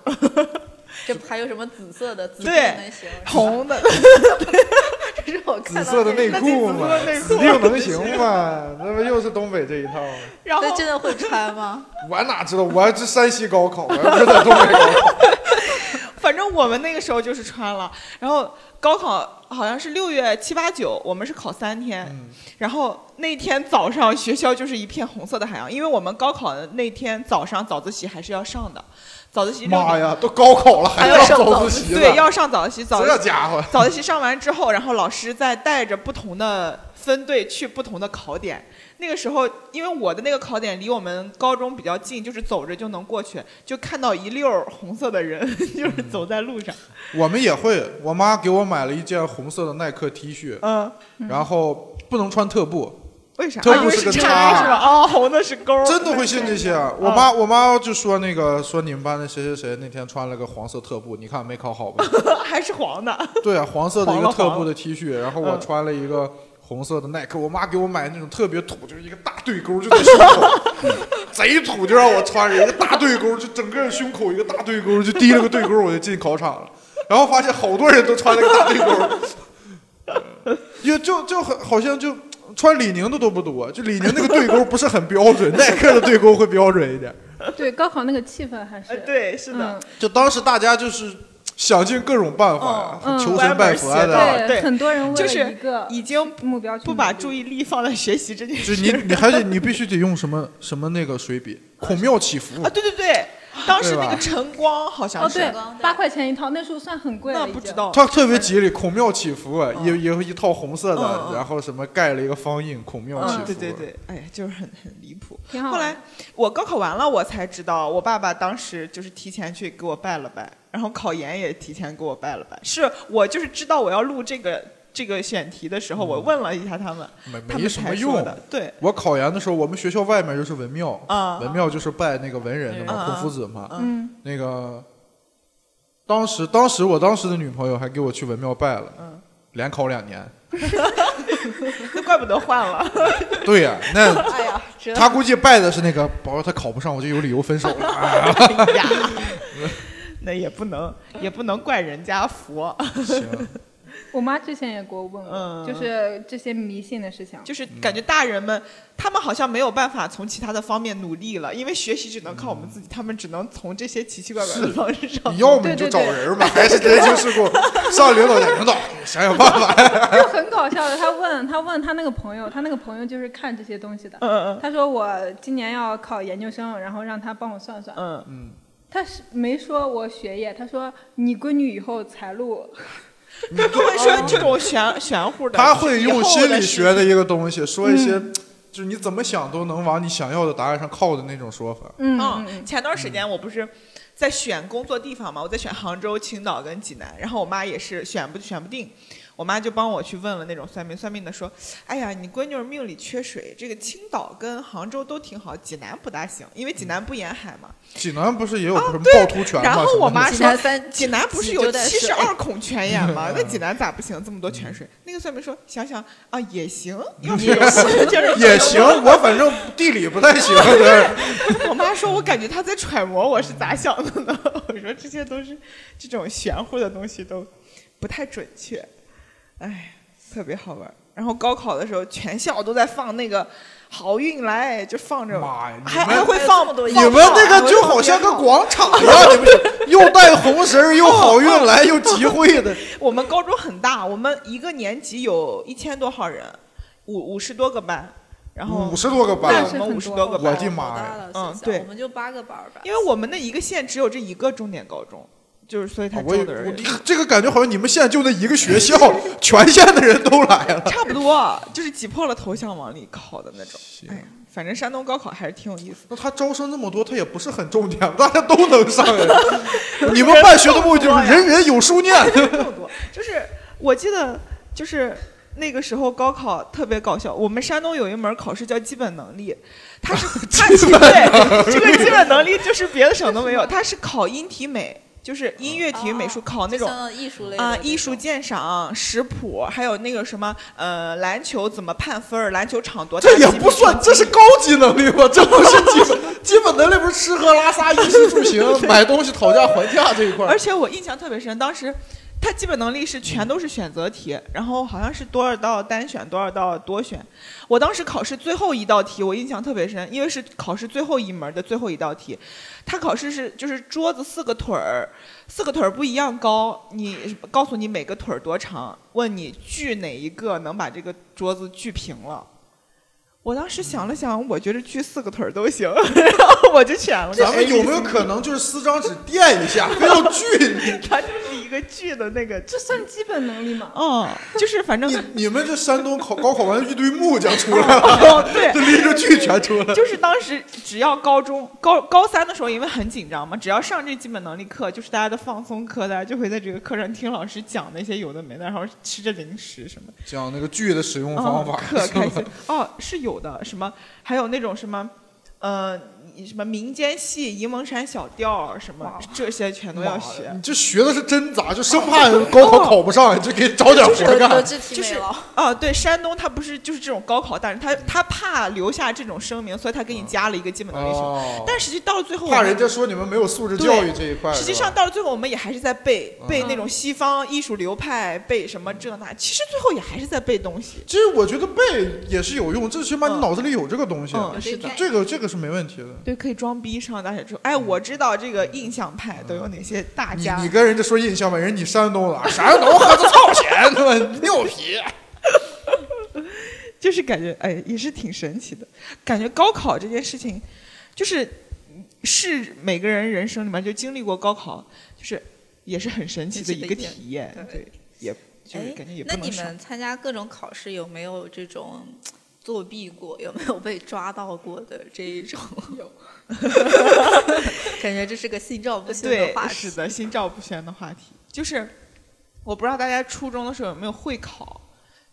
这还有什么紫色的？紫色
对
能行？
红的，
是 我看到
紫色的内
那
裤嘛
那得，紫色内裤
定能行嘛？那不又是东北这一套吗？
然后
那真的会穿 吗？
我哪知道？我还是山西高考，我还不是在东北高考。
反正我们那个时候就是穿了，然后高考好像是六月七八九，我们是考三天，
嗯
然后那天早上学校就是一片红色的海洋，因为我们高考的那天早上早自习还是要上的，早自习六
妈
点，
呀，都高考了还
还要上
早
早
自习呢？
对，要上早自习，早
这
自习
家伙，
早自习上完之后，然后老师再带着不同的分队去不同的考点。那个时候，因为我的那个考点离我们高中比较近，就是走着就能过去，就看到一溜儿红色的人， 就是走在路上，
我们也会。我妈给我买了一件红色的耐克 T 恤，
嗯。
然后不能穿特步，
为啥？
特
啊
步
因为
是个
叉
叉
是吧？哦，红的是勾。
真的会信这些啊。我妈，我妈就说那个说你们班的谁谁谁那天穿了个黄色特步，你看没考好吧？
还是 黄的。
对啊，黄色的一
黄
个
了
特
黄
步
了
的 T 恤，然后我
嗯
穿了一个红色的耐克，我妈给我买那种特别土，就是一个大对勾就在胸 口，贼土，就让我穿着一个大对勾，就整个胸口一个大对勾，就提了个对勾，我就进考场了。然后发现好多人都穿那个大对勾，也就就很好像就穿李宁的都不多，就李宁那个对勾不是很标准， 耐克的对勾会标准一点。
对，高考那个气氛还
呃，
是
对，是的。
嗯
就当时大家就是想尽各种办法，
嗯
求神拜佛的。
啊对
对，很多人为
就
了
是
一个
已经
目标去
不把
努力
注意力放在学习这件
就
事。
是你，你还得你必须得用什么什么那个水笔，孔庙祈福
啊，，对对对，当时
对吧
那个晨光好像
哦，
是。
对
光，对
八块钱一套，那时候算很贵了，
那不知。道。
它特别吉利，孔庙祈福啊，一
嗯
一一套红色
嗯
的，
嗯
然后什么盖了一个方印，孔庙祈福，
嗯，对对，对，哎呀，就是很很离谱。
挺好
后
玩的。
来我高考完了，我才知道，我爸爸当时就是提前去给我拜了拜，然后考研也提前给我拜了拜。是我就是知道我要录这个这个选题的时候，我问了一下他们，
嗯没
他
没
们
什么
才说
用。
的。对，
我考研的时候，我们学校外面就是文庙，
啊
文庙就是拜那个文人的嘛，
嗯
孔夫子嘛。
嗯，
那个当时，当时我当时的女朋友还给我去文庙拜了，
嗯
连考两年。
那怪不得换了。
对呀， 那
哎呀，这
他估计拜的是那个，保他考不上，我就有理由分手 了。哎呀
哎呀， 那也不能也不能怪人家佛，
行，
我妈之前也给我问过，
嗯
就是这些迷信的事情。
就是感觉大人们他们好像没有办法从其他的方面努力了，因为学习只能靠我们自己，他们只能从这些奇奇怪怪的方式 上
你。要么你
对
就
对
找
对
人嘛，还是人情世故，上领导家领导想想办 法呀。
就很搞笑的，他问他问他那个朋友，他那个朋友就是看这些东西的。
嗯嗯
他说我今年要考研究生，然后让他帮我算算。
嗯嗯，
他是没说我学业，他说你闺女以后财路，
他不会说这种玄玄乎的。
嗯他会用心理学
的
的一个东西说一
嗯
些，就是你怎么想都能往你想要的答案上靠的那种说法。
嗯嗯
嗯，前段时间我不是在选工作地方嘛，我在选杭州、青岛跟济南，然后我妈也是选不选不定，我妈就帮我去问了那种算命，算命的说，哎呀，你闺女儿命里缺水，这个青岛跟杭州都挺好，济南不大行，因为济南不沿海嘛。
济南不是也有什么趵突泉吗？
哦然后我妈
济
说
南三，
济南不是
济
嗯有
就在
七
水
十二孔泉眼 吗？那济南咋不行？这么多泉水。那个算命说，想想啊也行，要 是有水就是
也行，我反正地理不太行。对
我妈说，我感觉她在揣摩我是咋想的呢。我说这些都是这种玄乎的东西都不太准确，哎，特别好玩儿。然后高考的时候，全校都在放那个“好运来”，就放着，
妈哎呀，
还
你
还
们
会放
多
你
放啊
啊
们那个就好像个广场一样，你们 是又带红绳儿，又好运来，又集会的。
我们高中很大，我们一个年级有一千多号人，五五十多个班，然后
五十多个
对
班
那，是
我们
很
五十
多
多个
我
班，
的妈呀！
呀
嗯对
我们就八个班儿吧。
因为我们那一个县只有这一个重点高中，就是所以他
啊我
招
也
的人
我
也
这个感觉好像你们县就那一个学 校，全县的人都来 了。
差不多，就是挤破了头想往里考的那种。哎呀，反正山东高考还是挺有意思的。
那他招生那么多，他也不是很重点，大家都能上呀。 你们办学的目的就是人人有书念。
更多 就是我记得就是。那个时候高考特别搞笑，我们山东有一门考试叫基本能力，它是它是对这个基本能力就是别的省都没有，它是考音体美，就是音乐、体育、美术考那种
就相当于艺术类的
啊、
这
艺术
种
鉴赏、食谱，还有那个什么呃，篮球怎么判分儿，篮球场多大
这也
几
不
米
算，
长
这是高级能力吗？这不是基本基本能力，不是 吃喝拉撒衣食住行、买东西、讨价还价这一块
而
儿。
且我印象特别深，当时。它基本能力是全都是选择题，然后好像是多少道单选，多少道多选。我当时考试最后一道题，我印象特别深，因为是考试最后一门的最后一道题。它考试是就是桌子四个腿儿，四个腿儿不一样高，你告诉你每个腿儿多长，问你锯哪一个能把这个桌子锯平了。我当时想了想，我觉得锯四个腿儿都行，然后 我就选了。
咱们有 没有可能就是撕张纸垫一下，非要锯
它就是一个锯的那个，
这算基本能力吗？
嗯，就是反正
你？你你们这山东考高考完一堆木匠出来了，
哦，对
这，拎着锯全出来了。
就是当时只要高中高高三的时候，因为很紧张嘛，只要上这基本能力课，就是大家的放松课，大家就会在这个课上听老师讲那些有的没的，然后吃着零食什么的。
讲那个锯的使用方法，
嗯 可开心哦，是有的，什么还有那种什么，呃，什么民间戏、沂蒙山小调什么
哇，
这些全都要学。
你这学的是真杂，就生怕高考考不上，就给找点活
德
干。哦
智体
就是
美劳。
啊，对，山东它不是就是这种高考大省，他他怕留下这种声明，所以他给你加了一个基本能力什么。
嗯哦，
但实际到了最后，
怕人家说你们没有素质教育这一块。
实际
是吧
上到了最后，我们也还是在背
嗯
背那种西方艺术流派，背什么这那，其实最后也还是在背东西。
其实我觉得背也是有用，最起码你
嗯
脑子里有这个东西，
嗯，
有
是
这
的
种。
这个这个是没问题的。
对，可以装逼。上大学之后，哎，我知道这个印象派都有哪些大
嗯你
家。
你跟人家说印象吧，人家你山东的， 山东孩子操钱，对吧？你牛 皮。
就是感觉哎，也是挺神奇的。感觉高考这件事情，就是是每个人人生里面就经历过高考，就是也是很神奇的一个体验。
对
对，也就是感觉也
哎那
不能
你
少。
们参加各种考试有没有这种作弊过？有没有被抓到过的这一 种？有，感觉这是个心照不宣的
呃对
话，
是
题。
的，心照不宣的话题。就是我不知道大家初中的时候有没有会考，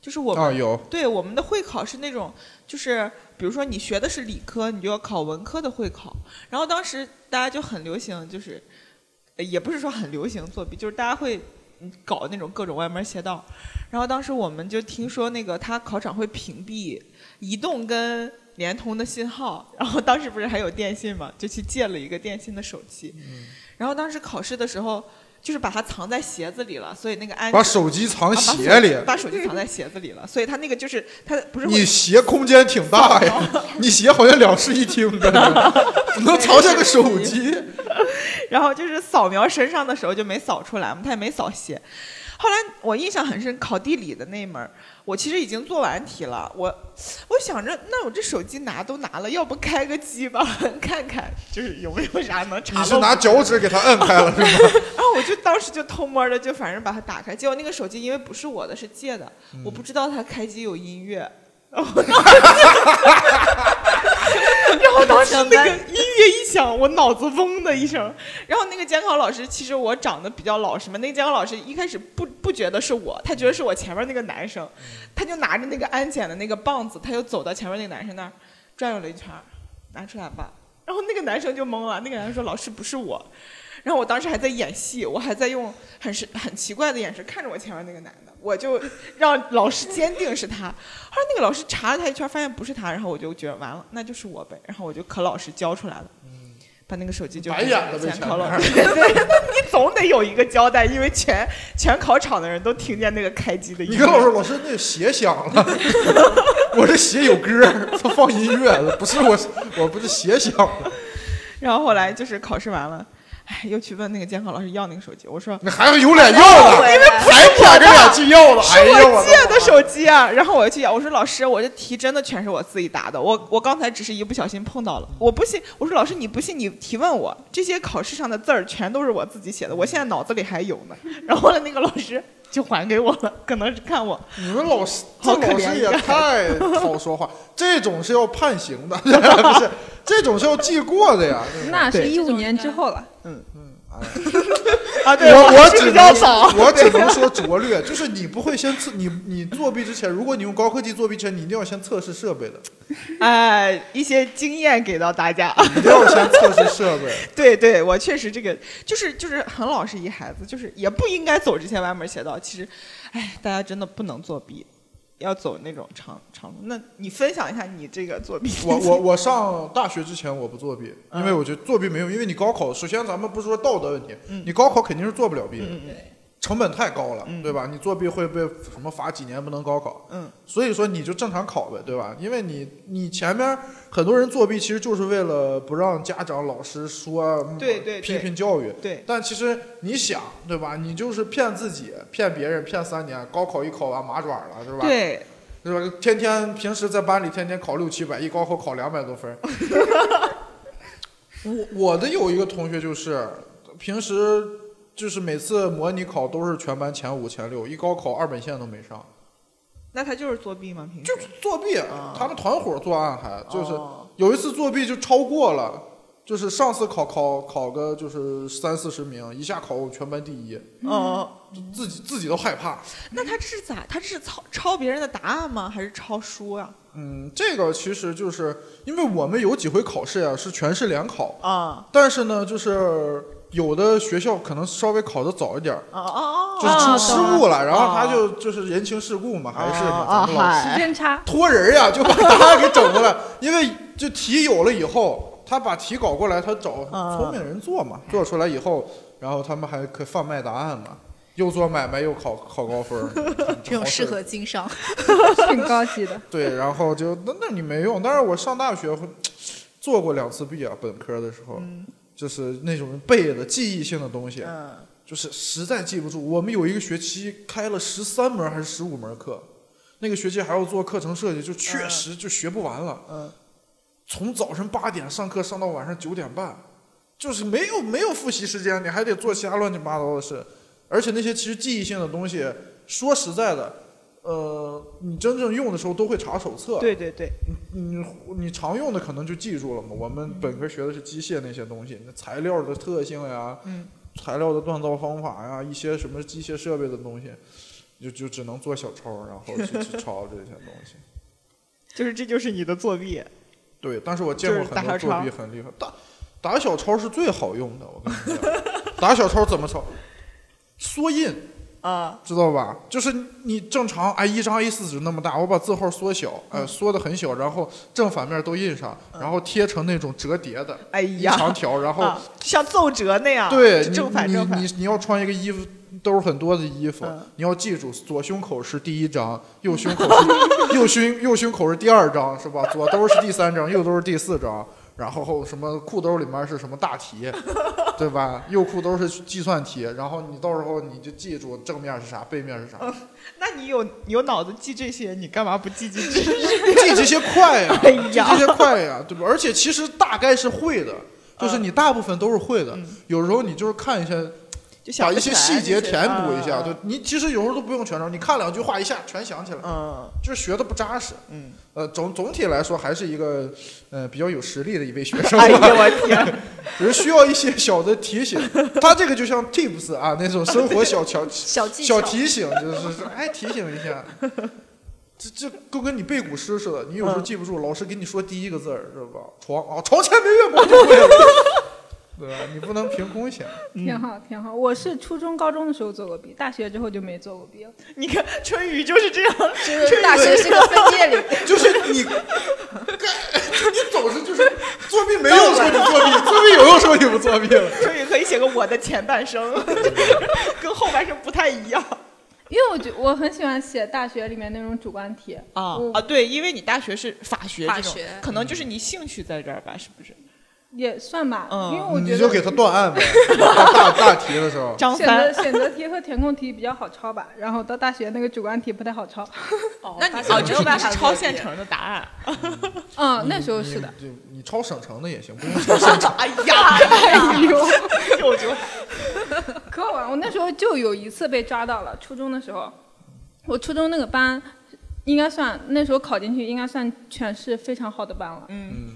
就是我们、
啊，有
对我们的会考是那种，就是比如说你学的是理科，你就要考文科的会考。然后当时大家就很流行，就是呃也不是说很流行作弊，就是大家会嗯搞那种各种歪门邪道。然后当时我们就听说那个他考场会屏蔽移动跟联通的信号，然后当时不是还有电信嘛，就去借了一个电信的手机。然后当时考试的时候，就是把它藏在鞋子里了，所以那个安
把
全
手机藏
啊把
鞋里
手，把手机藏在鞋子里了，所以他那个就是他不是会
你鞋空间挺大呀， 你鞋好像两室一厅的， 能藏下个手 机。
然后就是扫描身上的时候就没扫出来嘛，他也没扫鞋。后来我印象很深，考地理的那一门儿，我其实已经做完题了。我我想着，那我这手机拿都拿了，要不开个机吧， 看看就是有没有啥能查
你
漏。
是拿脚趾给它摁开了是吗？
然后我就当时就偷摸的，就反正把它打开。结果那个手机因为不是我的，是借的，
嗯
我不知道它开机有音乐。然后当时 那个音乐一响，我脑子嗡的一声。然后那个监考老师，其实我长得比较老实嘛。那个监考老师一开始不不觉得是我，他觉得是我前面那个男生，他就拿着那个安检的那个棒子，他就走到前面那个男生那儿转悠了一圈儿，拿出来吧。然后那个男生就懵了，那个男生说：“老师不是我。”然后我当时还在演戏，我还在用很是很奇怪的眼神看着我前面那个男的，我就让老师坚定是他。后来那个老师查了他一圈，发现不是他，然后我就觉得完了，那就是我呗。然后我就可老实交出来了，把那个手机就
嗯白眼了被
全
全
考老
班
师。对，那你总得有一个交代，因为全全考场的人都听见那个开机的 音
你
乐。
跟老师，老师那鞋响了， 我这鞋有歌儿，它放音乐，不是我，我不是鞋响了，
然后后来就是考试完了，哎，又去问那个监考老师要那个手机，我说
你还有脸
哦
要
哎
了，还舔着脸去要了，
是
哎呀，
我
我
借的手机啊，然后我就去要，我说老师，我这题真的全是我自己答的，我我刚才只是一不小心碰到了，我不信，我说老师你不信你提问我，这些考试上的字儿全都是我自己写的，我现在脑子里还有呢。然后呢，那个老师就还给我了，可能是看我
你们老师，这
好可
老
怜
师也
呀
太好说话，这种是要判刑的， 不是，这种是要记过的呀。
那是
对
一五年之后了。
啊，对
我
我
只
比
能
较早，
我只能说拙劣，就是你不会先测你你作弊之前，如果你用高科技作弊之前，你一定要先测试设备的，
哎，一些经验给到大家。
一定要先测试设备。
对对，我确实这个就是就是很老实一孩子，就是也不应该走这些歪门邪道。其实，哎，大家真的不能作弊，要走那种长长路。那你分享一下你这个作弊？
我 我我上大学之前我不作弊，
嗯
因为我觉得作弊没用，因为你高考，首先咱们不说道德问题，你高考肯定是做不了弊的。成本太高了，
嗯
对吧？你作弊会被什么罚几年不能高考，
嗯，
所以说你就正常考呗，对吧？因为你你前面很多人作弊，其实就是为了不让家长、老师说
对对对
批评教育，
对，
但其实你想，对吧？你就是骗自己、骗别人、骗三年，高考一考完麻爪了，是吧？
对，
是吧？天天平时在班里天天考六七百，一高考考两百多分 儿。我我的有一个同学就是平时就是每次模拟考都是全班前五前六，一高考二本线都没上，
那他就是作弊吗？平时
就是作弊。
啊
他们团伙作案还就是
哦
有一次作弊就超过了，就是上次考考考个就是三四十名，一下考全班第一，
哦，
就自己自己都害怕。
那他是咋？他是抄抄别人的答案吗？还是抄书啊呀？
嗯，这个其实就是因为我们有几回考试呀、啊是全市联考。
啊
但是呢，就是有的学校可能稍微考得早一点儿，
啊啊！
就是出失误了，然后他
哦
就就是人情世故嘛，还是
啊
咱们老师
时间差，
托人儿呀，就把答案给整过来，因为这题有了以后，他把题搞过来，他找
啊
聪明人做嘛，做出来以后，然后他们还可以贩卖答案嘛，又做买卖又考 考高分儿，
这种
好事
适合经商。
挺高级的。
对，然后就那那你没用。但是我上大学会做过两次弊啊，本科的时候，就是那种背的记忆性的东西，
嗯，
就是实在记不住。我们有一个学期开了十三门还是十五门课，那个学期还要做课程设计，就确实就学不完了。
嗯，
从早晨八点上课上到晚上九点半，就是没有没有复习时间，你还得做其他乱七八糟的事。而且那些其实记忆性的东西，说实在的，呃，你真正用的时候都会查手册。
对对对，
你你常用的可能就记住了嘛。我们本科学的是机械那些东西，那材料的特性呀，
嗯
材料的锻造方法呀，一些什么机械设备的东西，就就只能做小抄，然后去去抄这些东西。
就是这就是你的作弊。
对，但是我见过
就是打
很多
小抄
作弊很厉害，打打小抄是最好用的，我跟你讲，打小抄怎么抄？缩印，
啊
知道吧？就是你正常，哎，一张 A 4纸那么大，我把字号缩小，
嗯
呃，缩的很小，然后正反面都印上，然后贴成那种折叠的，
哎
一
呀，
长条，然后、
啊，像奏折那样，
哦对，
啊就
你
正反正
你
反，
你你要穿一个衣服兜儿很多的衣服，
嗯
你要记住左胸口是第一张，右胸口是 右胸右胸口是第二张，是吧？左兜儿是第三张，右兜儿是第四张。然后什么裤兜儿里面是什么大题， 对吧？右裤兜儿是计算题，然后你到时候你就记住正面是啥，背面是啥，
嗯那你有有脑子记这些，你干嘛不记记这些？
记这些快呀，
哎
记
呀
这些快呀，对吧？而且其实大概是会的，就是
嗯
你大部分都是会的，有时候你就是看一下
就想
把
不
一些
起来
细
这
节填补一下，
啊
就你其实有时候都不用全抄，你看两句话一下全想起来，
嗯
就是学的不扎实。
嗯。
呃，总总体来说还是一个呃比较有实力的一位学生
哎呀，
吧，
我天！
只是需要一些小的提醒。他这个就像 tips 啊那种生活小巧
小技巧
小，提醒，就是说哎提醒一下。这这都跟你背古诗似的，你有时候
嗯
记不住，老师给你说第一个字儿是吧？床啊，床前明月光就会了， 对吧？你不能凭空想。
挺好，挺好。我是初中、高中的时候做过弊，大学之后就没做过弊了。
你看春雨就是这样，
就是大学是个
哦
分界岭，
就是你，你总是就是作弊没用时候你作弊，作弊有用时候你不作弊了。
春雨可以写个我的前 半生，跟后半生不太一样
因为我觉我很喜欢写大学里面那种主观题
啊
我
啊！对，因为你大学是法学
嗯法
这种
学，
可能
嗯
就是你兴趣在这儿吧，是不是？
也算吧，
嗯
因为我觉
你就给
得
他断案呗，大大大题的时候，
张
选择
三，
选择题和填空题比较好抄吧，然后到大学那个主观题不太好抄。
那你
哦
哦，没有办法抄现。成的答案。
嗯， 那时候是的。
你，你你抄省城的也行，不用
哎呀，
哎 呦，
又就
可好玩！我那时候就有一次被抓到了，初中的时候，我初中那个班应该算那时候考进去应该算全市非常好的班了。
嗯
嗯，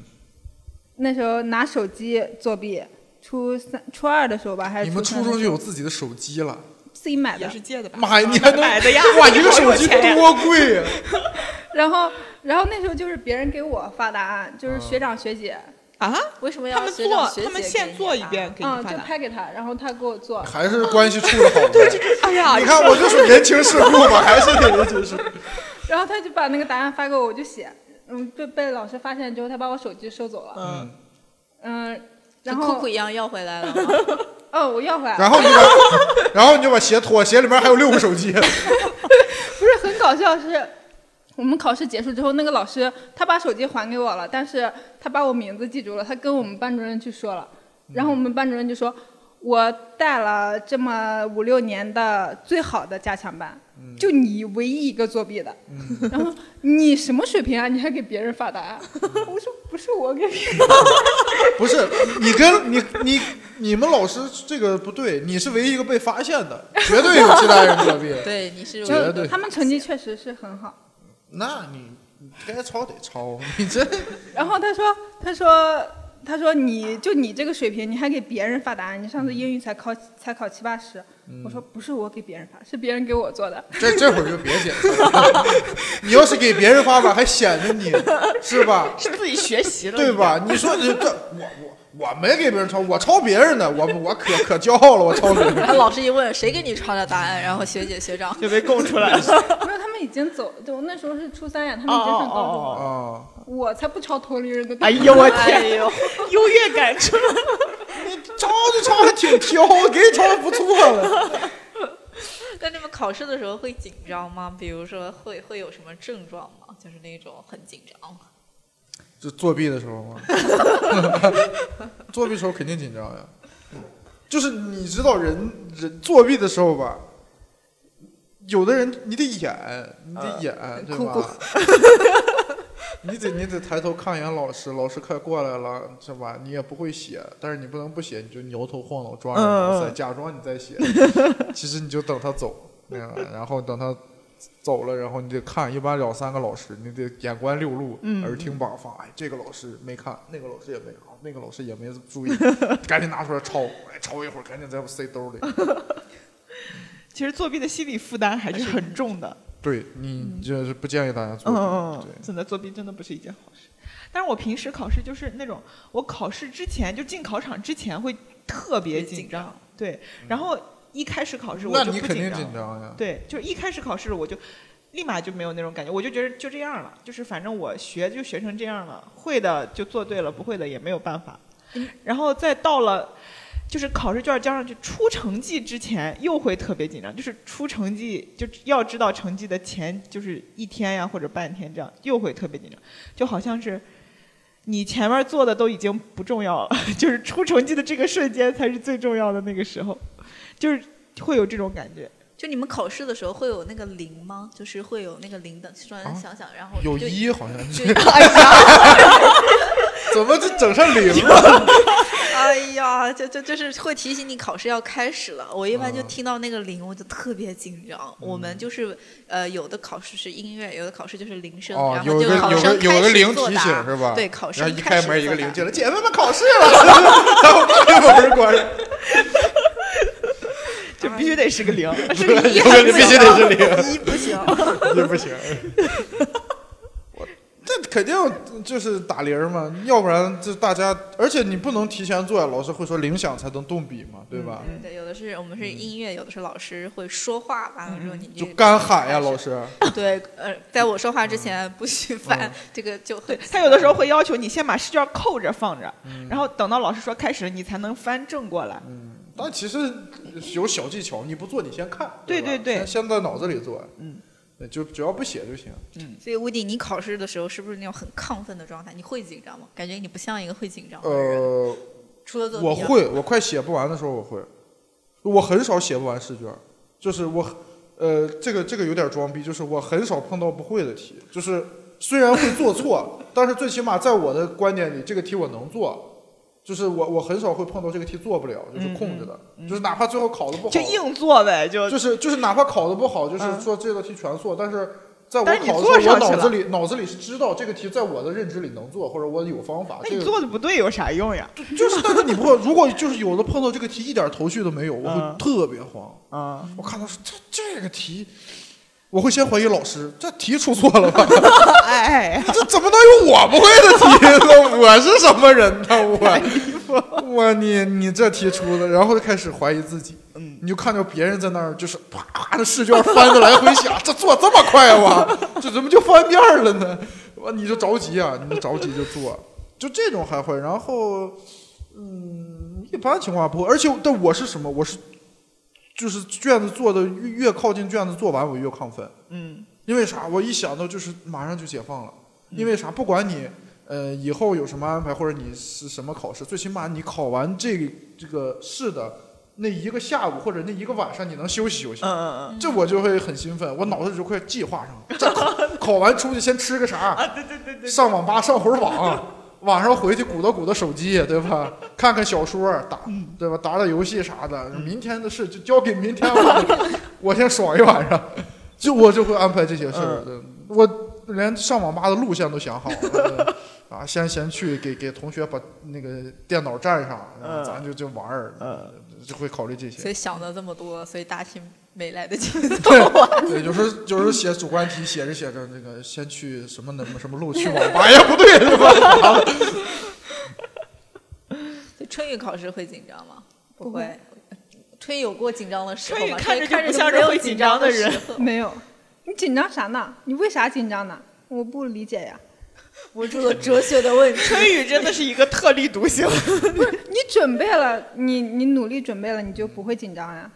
那时候拿手机作弊，初三、初二的时候吧，还是
你们初
三的
中就
时候
有自己的手机 了，
自己买的
也是，借的吧？啊
妈呀，你还能
买的呀
哇，一个手机
我有钱呀
多贵呀！
然后然后那时候就是别人给我发答案，就是学长学姐，
啊，
为什么要
他们
学长
做，
学
他们
姐给
现
你
做一
啊
遍给你
嗯，
发
就
的。
拍给他，然后他给我做，
还是关系处的好呗。
哎呀，
你看，我就说人情世故嘛，还是得人情 世故。
然后他就把那个答案发给我，我就写，嗯，被被老师发现之后，他把我手机收走了，
嗯，
嗯，
跟
然
酷
后
酷一样要回来了吗？
哦，我要回来了。
然后你把，然后你就把鞋脱，鞋里面还有六个手机。
不是很搞笑是，我们考试结束之后，那个老师他把手机还给我了，但是他把我名字记住了，他跟我们班主任去说了，然后我们班主任就说，我带了这么五六年的最好的加强班，就你唯一一个作弊的，然后你什么水平啊？你还给别人发答案？我说不是我给别人，
不是你跟你你你们老师这个不对，你是唯一一个被发现的，绝对有其他人作弊。
对，你是
觉得对
他们成绩确实是很好。
那你你该抄得抄，啊你这
然后他说，他说，他说你就你这个水平，你还给别人发答案，你上次英语才考才考七八十。
嗯
我说不是我给别人发，是别人给我做 的。
这这会儿就别解释了。你要是给别人发吧，还显得你是吧？
是自己学习了，
对吧？你说你这我我我没给别人抄，我抄别人的，我我可可骄傲了，我抄别人。
然后老师一问谁给你抄的答案，然后学姐学 长
就被供出来了。
没有，他们已经走，我那时候是初三呀，他们已经上高中了，
啊，
我才不抄同龄人的 答
哦哎
案。
呦我天，
哎 呦，优越感出来。
抄就抄还挺挑，给你抄不错了。
那你们考试的时候会紧张吗？比如说会会有什么症状吗？就是那种很紧张。
这作弊的时候吗？ 作弊时候肯定紧张呀，就是你知道人人作弊的时候吧，有的人你得演，你
啊
得演、对吧？ 你得你得抬头看一眼老师，老师快过来了是吧？你也不会写，但是你不能不写，你就摇头晃脑装着
嗯嗯
脑塞，假装你在写， 其实你就等他走，那样，然后等他走了，然后你得看，一般找三个老师，你得眼观六路，
嗯
耳听八方。哎，这个老师没看，那个老师也没看，那个老师 也没注意，赶紧拿出来抄，哎，抄一会儿，赶紧再塞 兜里。
其实作弊的心理负担还是很重的。
对你这是不建议大家做
嗯
的，
嗯嗯，
对，
真的作弊真的不是一件好事。但是我平时考试就是那种，我考试之前就进考场之前会特别紧嗯张，对，然后一开始考试我
哦
那
就
你
不
肯定
紧张
紧，张呀。
对，就是一开始考试我就立马就没有那种感觉，我就觉得就这样了，就是反正我学就学成这样了，会的就做对了，不会的也没有办法。然后再到了就是考试卷交上去出成绩之前，又会特别紧张，就是出成绩就要知道成绩的前就是一天呀或者半天这样，又会特别紧张，就好像是。你前面做的都已经不重要了， 就是出成绩的这个瞬间才是最重要的那个时候，就是会有这种感觉。
就你们考试的时候会有那个零吗？就是会有那个零的，突然
啊
想想，然后
有
就
一好像，
就是
怎么就整上零了？
哎呀，就就就是会提醒你考试要开始了。我一般就
嗯
听到那个铃，我就特别紧张。我们就是呃，有的考试是音乐，有的考试就是铃声，
哦
然，
有
后就
个
考
有个
生
有个
开
零
始作
提醒
答。
是吧？
对考生
然后一
开
开
始
门一个
作答
零进来，姐妹们考试了， 然后把把门关上。
就必须得是个 零， 是
有
个一
个必须得 是零，
一不行，
也不行。我这肯定就是打铃儿嘛，要不然这大家，而且你不能提前做呀，老师会说铃响才能动笔嘛，对
嗯
吧？
对，有的是我们是音乐，有的是老师会说话，完了之后你
嗯
嗯
就
这个
干喊呀，老师。嗯
对，呃，在我说话之前不许翻，这个就很
他有的时候会要求你先把试卷扣着放着，
嗯
然后等到老师说开始，你才能翻正过来。
但其实有小技巧，你不做你先看，
对
对吧
对对
先先在脑子里做，
嗯
对，就只要不写就行。
所以吴迪，你考试的时候是不是那种很亢奋的状态？你会紧张吗？感觉你不像一个会紧张的人，
呃，
除了作弊
我
啊，
会，我快写不完的时候我会，我很少写不完试卷，就是我很，呃，这个这个有点装逼，就是我很少碰到不会的题，就是虽然会做错，但是最起码在我的观点里，这个题我能做。就是我，我很少会碰到这个题做不了，就是空着的，就是哪怕最后考的不好，
嗯就硬做呗，就
就是就是哪怕考的不好，就是
嗯
说这道题全错，但是在我
但是你
考
做
的时候，我
上去
脑子
了
里脑子里是知道这个题在我的认知里能做，或者我有方法。
那
这
哎你
个
做的不对有啥用呀？
就是，但是你不会，如果就是有的碰到这个题一点头绪都没有，我
嗯
会特别慌。
啊，
我看到说这这个题，我会先怀疑老师，这题出错了吧？
哎，
这怎么能有我不会的题呢？ 我是什么人呢？我 我你你这题出的，然后就开始怀疑自己。
嗯，
你就看到别人在那儿就是啪啪的试卷翻着来回写，这做这么快吗？这怎么就翻面了呢？哇，你就着急啊，你就着急就做，就这种还会。然后，嗯，一般情况下不会，而且但我是什么？我是就是卷子做的越越靠近卷子做完，我越亢奋。
嗯
因为啥？我一想到就是马上就解放了，因为啥？不管你呃以后有什么安排，或者你是什么考试，最起码你考完这个这个试的那一个下午或者那一个晚上，你能休息休息。
嗯嗯嗯，
这我就会很兴奋，我脑子里就快计划上了。 这考考完出去先吃个啥？
啊对对对对，
上网吧上会儿网， 晚上回去鼓捣鼓捣手机，对 吧？看看小说，打
嗯
对吧？打打游戏啥的。明天的事就交给明天 吧，我先爽一晚上。就我就会安排这些事
嗯
儿、对我连上网吧的路线都想好了。对啊，先先去给给同学把那个电脑占上，然后
嗯
咱就就玩儿，
嗯
就会考虑这些
所。以想了这么多，所以大题没来得及
对，有时候有时候写主观题，写着写着，那个先去什么什么什么路，去网 吧哎也不对，对吧？
所以春运考试会紧张吗？
不会
会。春运有过紧张的时候
春运
吗？
看着就
春运
不像
没
是
有
会
紧
紧张
的
的
时
人
刻。
没有，你紧张啥呢？你为啥紧张呢？我不理解呀。
我这个哲学的问题。
春雨真的是一个特立独行，
你准备了，你你努力准备了，你就不会紧张呀。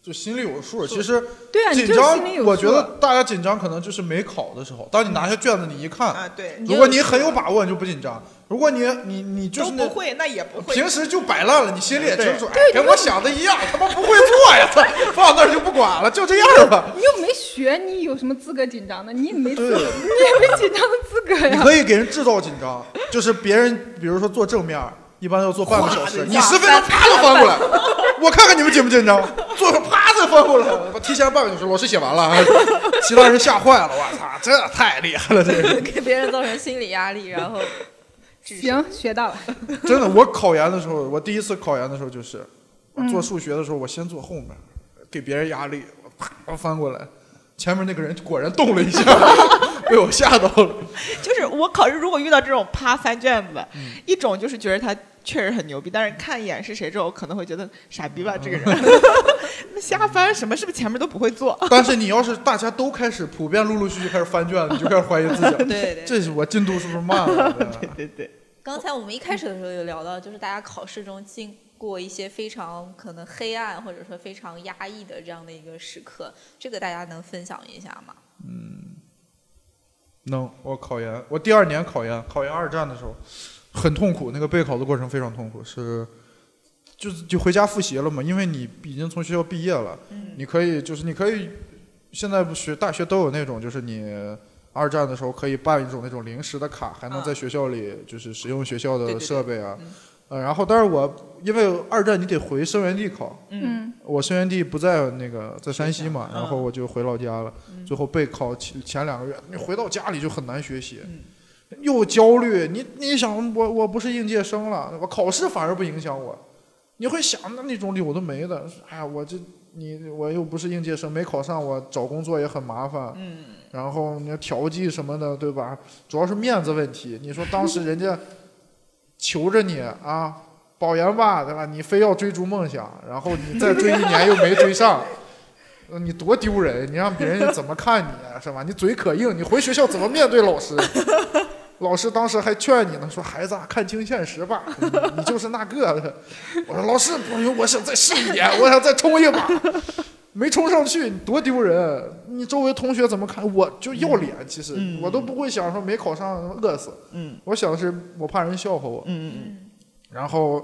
就心里有数。其实
对啊，你
紧
就是
张
心里有，数。
我觉得大家紧张可能就是没考的时候，当你拿下卷子，你一看，
啊对，
如果你很有把握，你就不紧张；如果你你你 就
都
是
不
那
会那也不会，
平时就摆烂了，你心里也清楚，哎，
对
跟我想的一样，他妈不会做呀，操，放那儿就不管了，就这样吧。
你又没学，你有什么资格紧张呢？你也 没资格，
对
你也没紧张的资格
你
呀。
可以给人制造紧张，就是别人比如说做正面，一般要做半个小时，你十分钟啪就翻过来， 我看看你们紧不紧张，做个啪再翻过来，我提前半个小时，老师写完了 啊，其他人吓坏了，我操，这太厉害了，这 个
给别人造成心理压力，然后
行，学到了。
真的，我考研的时候，我第一次考研的时候就是我做数学的时候，我先坐后面，给别人压力，我啪翻过来。前面那个人果然动了一下， 被我吓到了。
就是我考试如果遇到这种啪翻卷子，
嗯
一种就是觉得他确实很牛逼，但是看一眼是谁之后，可能会觉得傻逼吧，这 个人瞎翻什么，是不是前面都不会做？
但是你要是大家都开始普遍陆陆续续开始翻卷，你就开始怀疑自己了。
对对
这是我进度是不是慢 了？
对对对，
刚才我们一开始的时候有聊到，就是大家考试中经过一些非常可能黑暗或者说非常压抑的这样的一个时刻，这个大家能分享一下吗？
能，我考研，我第二年考研，考研二战的时候很痛苦，那个备考的过程非常痛苦，是就是就回家复习了嘛，因为你已经从学校毕业了，
嗯，
你可以就是你可以，现在不学大学都有那种就是你。二战的时候可以办一种那种临时的卡，还能
啊
在学校里就是使用学校
对
的
对对
设备啊
嗯，
呃，然后但是我因为二战你得回生源地考，
嗯，
嗯，
我生源地不在那个在山西嘛，
嗯
然后我就回老家了。
嗯
最后备考前前两个月，你回到家里就很难学习，
嗯
又焦虑。你你想，我我不是应届生了，我考试反而不影响我。你会想那那种有的没的，哎呀，我这你我又不是应届生，没考上我找工作也很麻烦。
嗯，
然后你要调剂什么的，对吧？主要是面子问题。你说当时人家求着你啊，保研吧，对吧？你非要追逐梦想，然后你再追一年又没追上，呃你多丢人！你让别人怎么看你啊，是吧？你嘴可硬，你回学校怎么面对老师？ 老师当时还劝你呢，说孩子啊，看清现实吧，你你就是那个。我说老师，不行，我想再试一年，我想再冲一把。没冲上去，你多丢人！你周围同学怎么看？我就要脸，其实、
嗯
我都不会想说没考上饿死，
嗯
我想的是我怕人笑话我。
嗯
然后，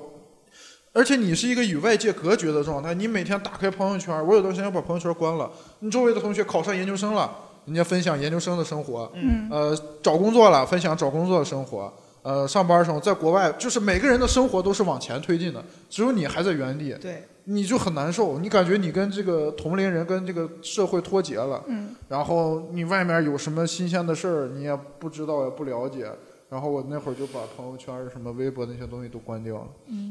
而且你是一个与外界隔绝的状态，你每天打开朋友圈，我有段时间把朋友圈关了。你周围的同学考上研究生了，人家分享研究生的生活；
嗯
呃，找工作了，分享找工作的生活；呃，上班的时候在国外，就是每个人的生活都是往前推进的，只有你还在原地
嗯，，对，
你就很难受，你感觉你跟这个同龄人、跟这个社会脱节了。
嗯，
然后你外面有什么新鲜的事儿，你也不知道也不了解。然后我那会儿就把朋友圈儿、什么微博那些东西都关掉了，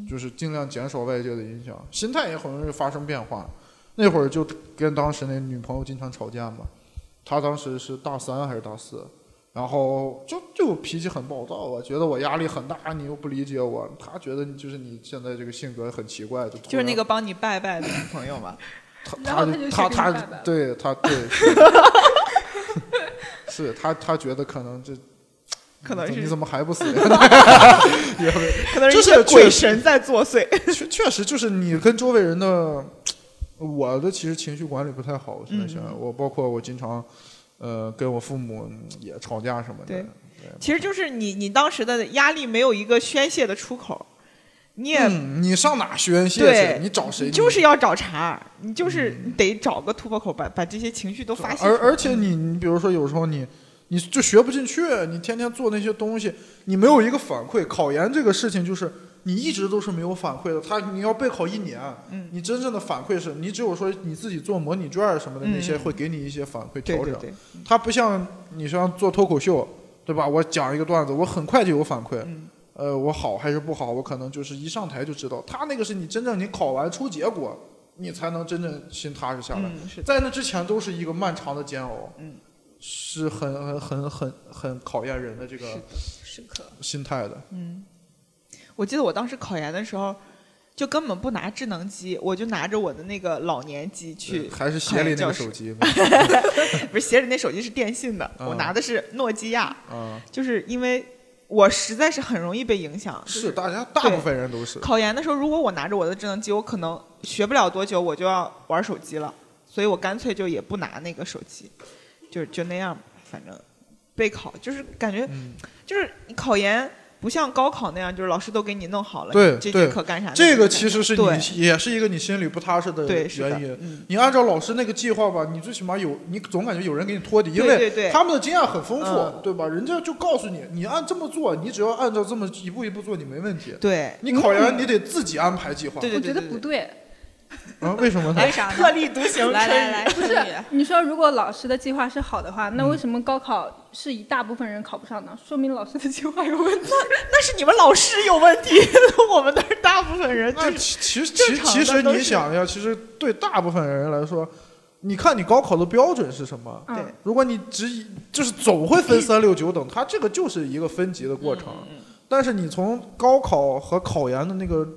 就是尽量减少外界的影响，心态也很容易发生变化。那会儿就跟当时那女朋友经常吵架嘛，她当时是大三还是大四，然后就就脾气很暴躁啊，觉得我压力很大，你又不理解我，她觉得你就是你现在这个性格很奇怪，就突
就是那
然
个帮你拜拜的女朋友 嘛，
他
然后
他他
他就去
他
给你拜拜了
对他对，是是他他觉得可能这
可能
你
是
怎么还不 死呀？
可能是
就是
一
确
些鬼
实
神在作祟。
确确实就是你跟周围人的，我的其实情绪管理不太好。我现在想想，
嗯
我包括我经常，呃，跟我父母嗯也吵架什么的
对。其实就是你你当时的压力没有一个宣泄的出口，你也
嗯，你上哪宣泄
对
去？你找谁？
你就是要找茬儿，你就是得找个突破口，把把这些情绪都发泄出
嗯而
来。嗯
而且你你比如说有时候你你就学不进去，你天天做那些东西，你没有一个反馈。考研这个事情就是你一直都是没有反馈的，他你要备考一年，啊
嗯
你真正的反馈是你只有说你自己做模拟卷儿什么的那些
嗯
会给你一些反馈调
对
整，
对对，
它不像你像做脱口秀，对吧？我讲一个段子，我很快就有反馈。
嗯
呃，我好还是不好，我可能就是一上台就知道。他那个是你真正你考完出结果，你才能真正心踏实下来。
嗯是的，
在那之前都是一个漫长的煎熬，
嗯，
是很很很很很考验人的这个
时刻
心态的。
嗯，我记得我当时考研的时候，就根本不拿智能机，我就拿着我的那个老年机去
对，还是鞋里那个
考研教室
手 机
不是携着那手机是电信的，
啊
我拿的是诺基亚，
啊，
就是因为我实在是很容易被影响。就是
大家大部分人都是，
考研的时候，如果我拿着我的智能机，我可能学不了多久我就要玩手机了，所以我干脆就也不拿那个手机，就就那样，反正备考就是感觉
嗯，
就是你考研不像高考那样，就是老师都给你弄好了，
对
你这
对
节课干啥？
这个
实
其实是
对
你也是一个你心里不踏实的
对是的
原因，。
嗯，
你按照老师那个计划吧，你最起码有，你总感觉有人给你托底，因
对
为
对对，
他们的经验很丰富，
嗯
对吧？人家就告诉你，你按这么做，你只要按照这么一步一步做，你没问题。
对
你考研你得自己安排计划。
对对
我
对，
觉得
对
不
对
对。
啊，为什么呢
为？啥
特
呢？
立独 行，
来来
春雨
来，不是
你说如果老师的计划是好的话，那
嗯
为什么高考是一大部分人考不上呢？说明老师的计划有问题。
那是你们老师有问题， 我们那儿大部分人就
那
是
其其实其
正常的
其实
都
你
是
想一下，其实对大部分人来说，你看你高考的标准是什么？
嗯
对
如果你只以就是总会分三六九等，它这个就是一个分级的过程。
嗯
但是你从高考和考研的那个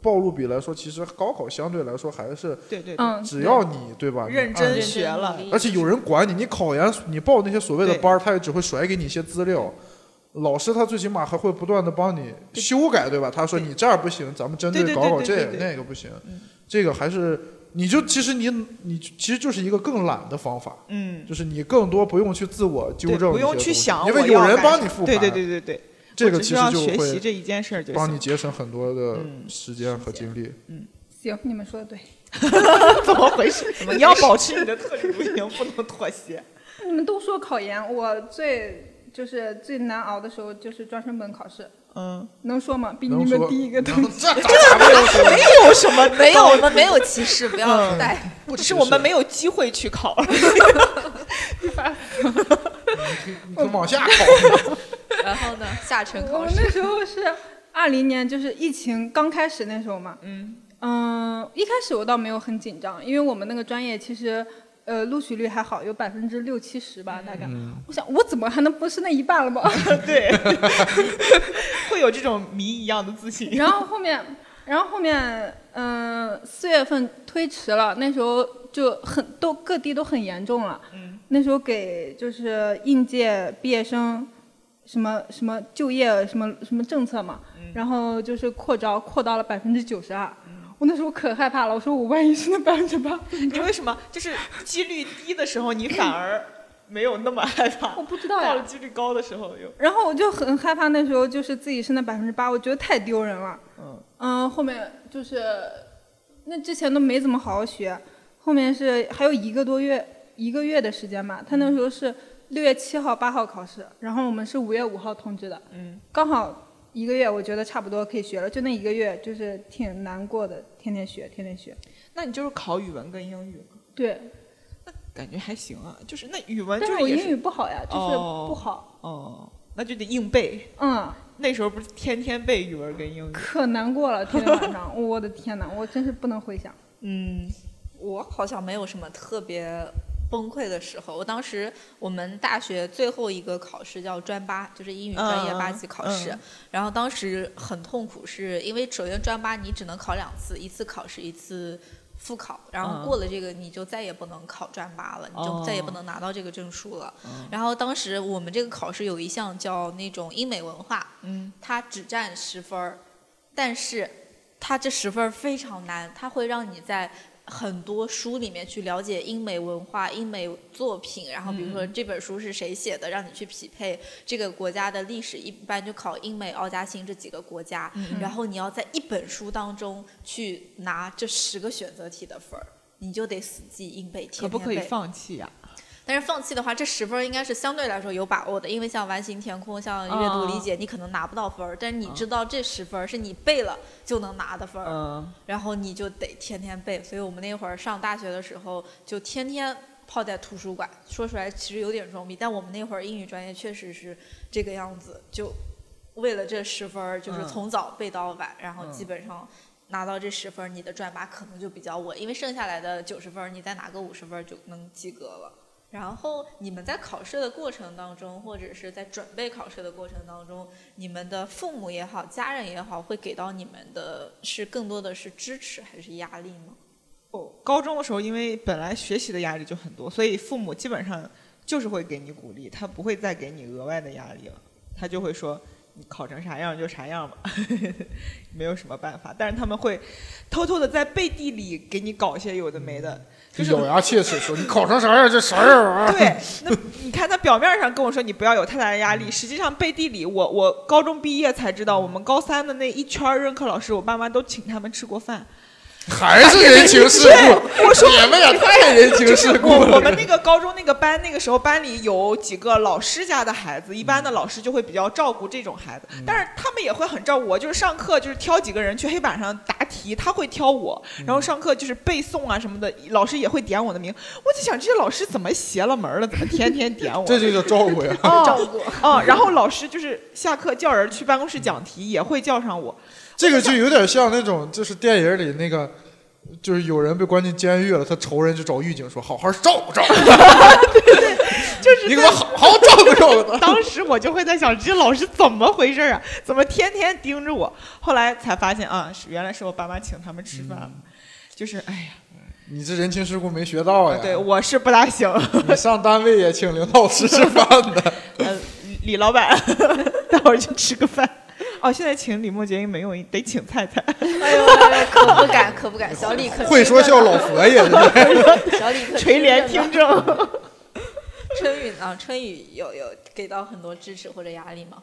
暴露比来说，其实高考相对来说还是
对对对，
嗯，
只要你对吧，你
认
按
真
时
学了，
而且有人管你，你考研你报那些所谓的
对
班儿，他也只会甩给你一些资料。老师他最起码还会不断的帮你修改，对吧？他说
对
你这儿不行，咱们针
对对
搞搞
对
这
对
个
对对
那个不行
嗯，
这个还是你就其实你你其实就是一个更懒的方法，
嗯，
就是你更多不用去自我纠
对
正，
不用去想，
因为
我
有
要
人
干
帮
啥
你复盘，
对对对对对，
这个
我只
其
需
实
要
就
学习
会
这一件事儿就
帮
行
你。节省很多的
嗯
时间和精力。
行，你们说的对。
怎么回事？你要保持你的特立独行，不能妥协。
你们都说考研，我最就是最难熬的时候就是专升本考试，
嗯，
能说吗？比你
能说
们低一个等级。
能这咋没有说？
有什么
没有，我们没有歧视， 不要
嗯
带。
不
只
只
是我们没有机会去考。
你可往下考，
然后呢，下沉
我
考
那
试，
时候是二零年，就是疫情刚开始那时候嘛。
嗯
嗯、一开始我倒没有很紧张，因为我们那个专业其实。呃，录取率还好，有百分之六七十吧，大概。
嗯
我想，我怎么还能不是那一半了吧？
对，会有这种谜一样的自信。
然后后面，然后后面，嗯、四月份推迟了，那时候就很都各地都很严重了。
嗯
那时候给就是应届毕业生什么什么就业什么什么政策嘛，
嗯
然后就是扩招扩到了百分之九十二。我那时候可害怕了，我说我万一是那百分之八，
你为什么就是几率低的时候，你反而没有那么害怕
我？不知道
到
呀
了。几率高的时候又
然后我就很害怕，那时候就是自己是那百分之八，我觉得太丢人了。
嗯
嗯，后面就是那之前都没怎么好好学，后面是还有一个多月一个月的时间吧。他那时候是六月七号、八号考试，然后我们是五月五号通知的，
嗯
刚好一个月，我觉得差不多可以学了。就那一个月，就是挺难过的，天天学，天天学。
那你就是考语文跟英语嘛，
对，
感觉还行啊。就是那语文
但
就是是
我
也
英
是
语不好呀，就是
哦
不好，
哦，那就得硬背。
嗯。
那时候不是天天背语文跟英语？
可难过了，天天晚上， 我的天哪，我真是不能回想。
嗯
我好像没有什么特别崩溃的时候。我当时我们大学最后一个考试叫专八，就是英语专业
嗯
八级考试。
嗯
然后当时很痛苦，是因为首先专八你只能考两次，一次考试一次复考，然后
嗯
过了这个你就再也不能考专八了，你
哦
就再也不能拿到这个证书了。
嗯
然后当时我们这个考试有一项叫那种英美文化，
嗯，
它只占十分儿，但是它这十分儿非常难，它会让你在很多书里面去了解英美文化、英美作品，然后比如说
嗯
这本书是谁写的，让你去匹配这个国家的历史，一般就考英美、澳加新这几个国家，
嗯
然后你要在一本书当中去拿这十个选择题的分儿。你就得死记硬背，
可
天天
不可以
背
放弃啊呀、
但是放弃的话，这十分儿应该是相对来说有把握的，因为像完形填空、像阅读理解，你可能拿不到分儿，但是你知道这十分儿是你背了就能拿的分儿，
呃
嗯，
然后你就得天天背。所以我们那会儿上大学的时候，就天天泡在图书馆。说出来其实有点装逼，但我们那会儿英语专业确实是这个样子，就为了这十分儿，就是
嗯
从早背到晚，然后
嗯
基本上。拿到这十分儿，你的转八可能就比较稳，因为剩下来的九十分儿，你再拿个五十分儿就能及格了。然后你们在考试的过程当中，或者是在准备考试的过程当中，你们的父母也好，家人也好，会给到你们的是更多的是支持还是压力吗？
高中的时候，因为本来学习的压力就很多，所以父母基本上就是会给你鼓励，他不会再给你额外的压力了，他就会说你考成啥样就啥样吧， 没有什么办法。但是他们会偷偷的在背地里给你搞一些有的没的，就是
咬牙切齿说：“你考成啥样？这啥样啊？”
对，那你看他表面上跟我说你不要有太大的压力，实际上背地里我我高中毕业才知道，我们高三的那一圈儿任课老师，我爸妈都请他们吃过饭。
还是人情世故。
哎我说
你们也太人情世故
我我
了。
们那个高中那个班，那个时候班里有几个老师家的孩子，一般的老师就会比较照顾这种孩子，但是他们也会很照顾我，就是上课就是挑几个人去黑板上答题，他会挑我，然后上课就是背诵啊什么的，老师也会点我的名。我在想这些老师怎么邪了门儿了，怎么天天点我？
这就叫照顾呀。
哦
照顾，
哦，然后老师就是下课叫人去办公室讲题，也会叫上我。
这个就有点像那种，就是电影里那个，就是有人被关进监狱了，他仇人就找狱警说：“好好照顾照顾，
就是
你给我好好照顾照 顾他。
当时我就会在想，这老师怎么回事儿啊？怎么天天盯着我？后来才发现啊，是原来是我爸妈请他们吃饭了。就是哎呀，”
你这人情世故没学到呀？
啊对，我是不大 行。
你上单位也请领导吃吃饭的。
呃，李老板， 待会儿去吃个饭。哦，现在请李梦洁也没用，得请菜 菜。
哎呦，哎呦可不敢， 可不敢，小李可
会说笑老佛爷，
小李可
垂帘听政。
啊春雨啊，春雨有有给到很多支持或者压力吗？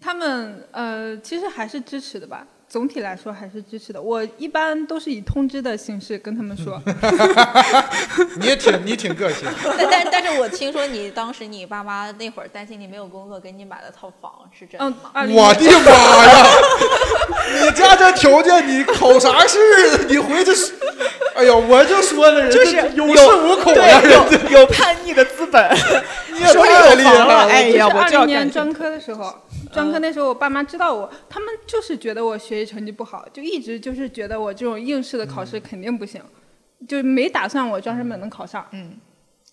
他们呃，其实还是支持的吧，总体来说还是支持的。我一般都是以通知的形式跟他们说，
嗯
你也挺你挺个性。
但但但是我听说你当时你爸妈那会儿担心你没有工作，给你买了套房，是真的
嗯
吗？，
二零
我的妈呀！ 你家这条件，你考啥试啊？你回去是，哎呀，我就说了，人
就是
家有恃无恐呀，人家
对，有有叛逆的资 本。
你也
说
太
有
厉
房
害了。
了，哎
就是
呀，我
二
就要
零年
干
专科的时候，
嗯
专科那时候我爸妈知道我，他们就是觉得我学习成绩不好，就一直就是觉得我这种应试的考
嗯
试肯定不行，就没打算我专升本能考上。
嗯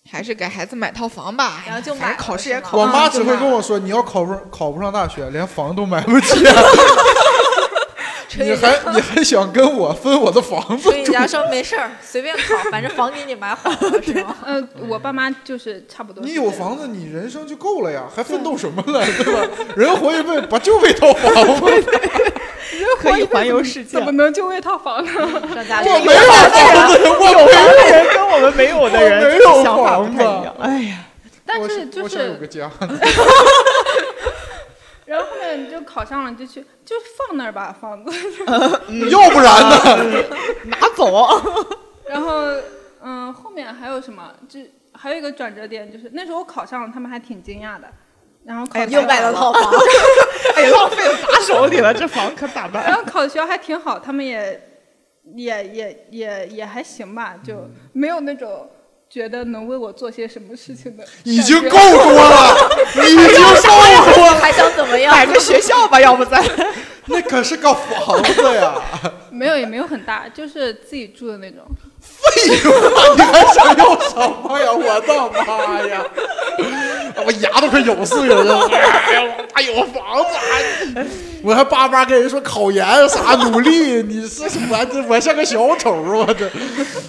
还是给孩子买套房吧，
然后就
反
买
正考试也考
我
不上
啊
妈只会跟我说，你要考不上考不上大学，连房都买不起，啊
嗯
你还你还想跟我分我的房子
所以
住
人？家说没事儿，随便考，反正房给你买好 了，是吗？
呃，我爸妈就是差不多。
你有？房子，你人生就够了呀，还奋斗什么了，对吧？人活一辈子不就为套房吗？
可以环游世
啊
界
怎。么 能就为套房呢？
上大
我
学
没有房子，我没
有人跟 我们没有的人
我没
就是
有
想法
房
不太
子
一样。哎呀，
但
我
是就
我想有个
是，
家，
然后后面就考上了，就去就放那儿吧，房子。
嗯
要不然呢？
拿走。
然后，嗯、后面还有什么？就还有一个转折点，就是那时候我考上了，他们还挺惊讶的。然后考
哎
上
又买了
套房，
哎呀，浪费了，拿手里了，这房可咋
然
办？
后考的学校还挺好，他们也也也也也还行吧，就没有那种觉得能为我做些什么事情的感觉。
已经够多了，
啊
已经够多了，
还想怎么样？
买个学校 吧，要不咱
那可是个房子呀！
没有，也没有很大，就是自己住的那种。
屁话，你还想要哎什么呀？我的妈呀！我牙都快咬碎了，这哎呀，我还有房子，还我还巴巴跟人说考研啥努力，你是我这我像个小丑，我这